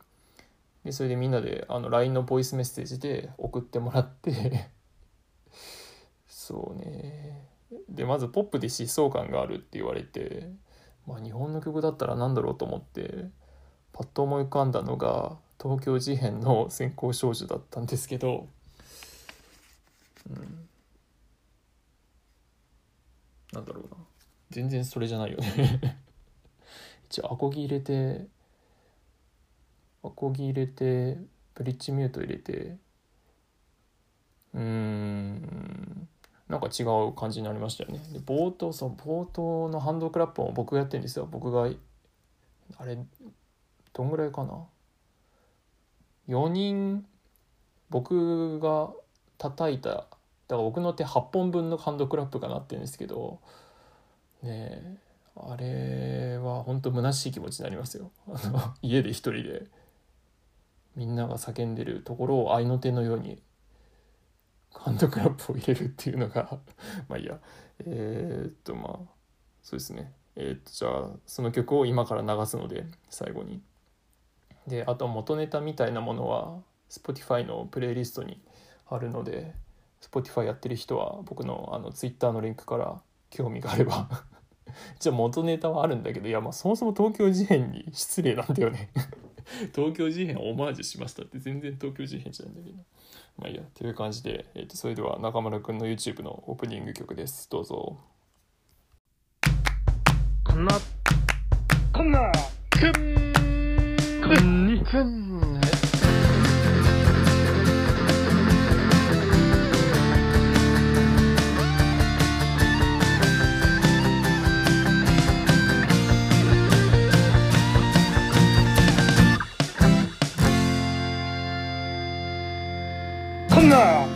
Speaker 6: でそれでみんなであの LINE のボイスメッセージで送ってもらって そうねでまずポップで疾走感があるって言われて、まあ、日本の曲だったら何だろうと思ってパッと思い浮かんだのが東京事変の先行少女だったんですけど、うん、なんだろうな全然それじゃないよね 一応アコギ入れてアコギ入れてブリッジミュート入れてうーんなんか違う感じになりましたよねで冒頭その冒頭のハンドクラップも僕がやってるんですよ僕があれどんぐらいかな4人僕が叩いただから僕の手8本分のハンドクラップがなってるんですけどねえあれは本当虚しい気持ちになりますよ あの家で一人でみんなが叫んでるところを合いの手のようにハンドクラップを入れるっていうのが まあいいやえーっとまあそうですねえーっとじゃあその曲を今から流すので最後にであと元ネタみたいなものは Spotify のプレイリストにあるので Spotify やってる人は僕のあの Twitter のリンクから興味があれば じゃあ元ネタはあるんだけどいやまあそもそも東京事変に失礼なんだよね 東京事変をオマージュしましたって全然東京事変じゃないんだけどまあいいやという感じで、えー、とそれでは中村くんの YouTube のオープニング曲ですどうぞ
Speaker 5: こんな、こんな、くん、くんに、くん。こんな、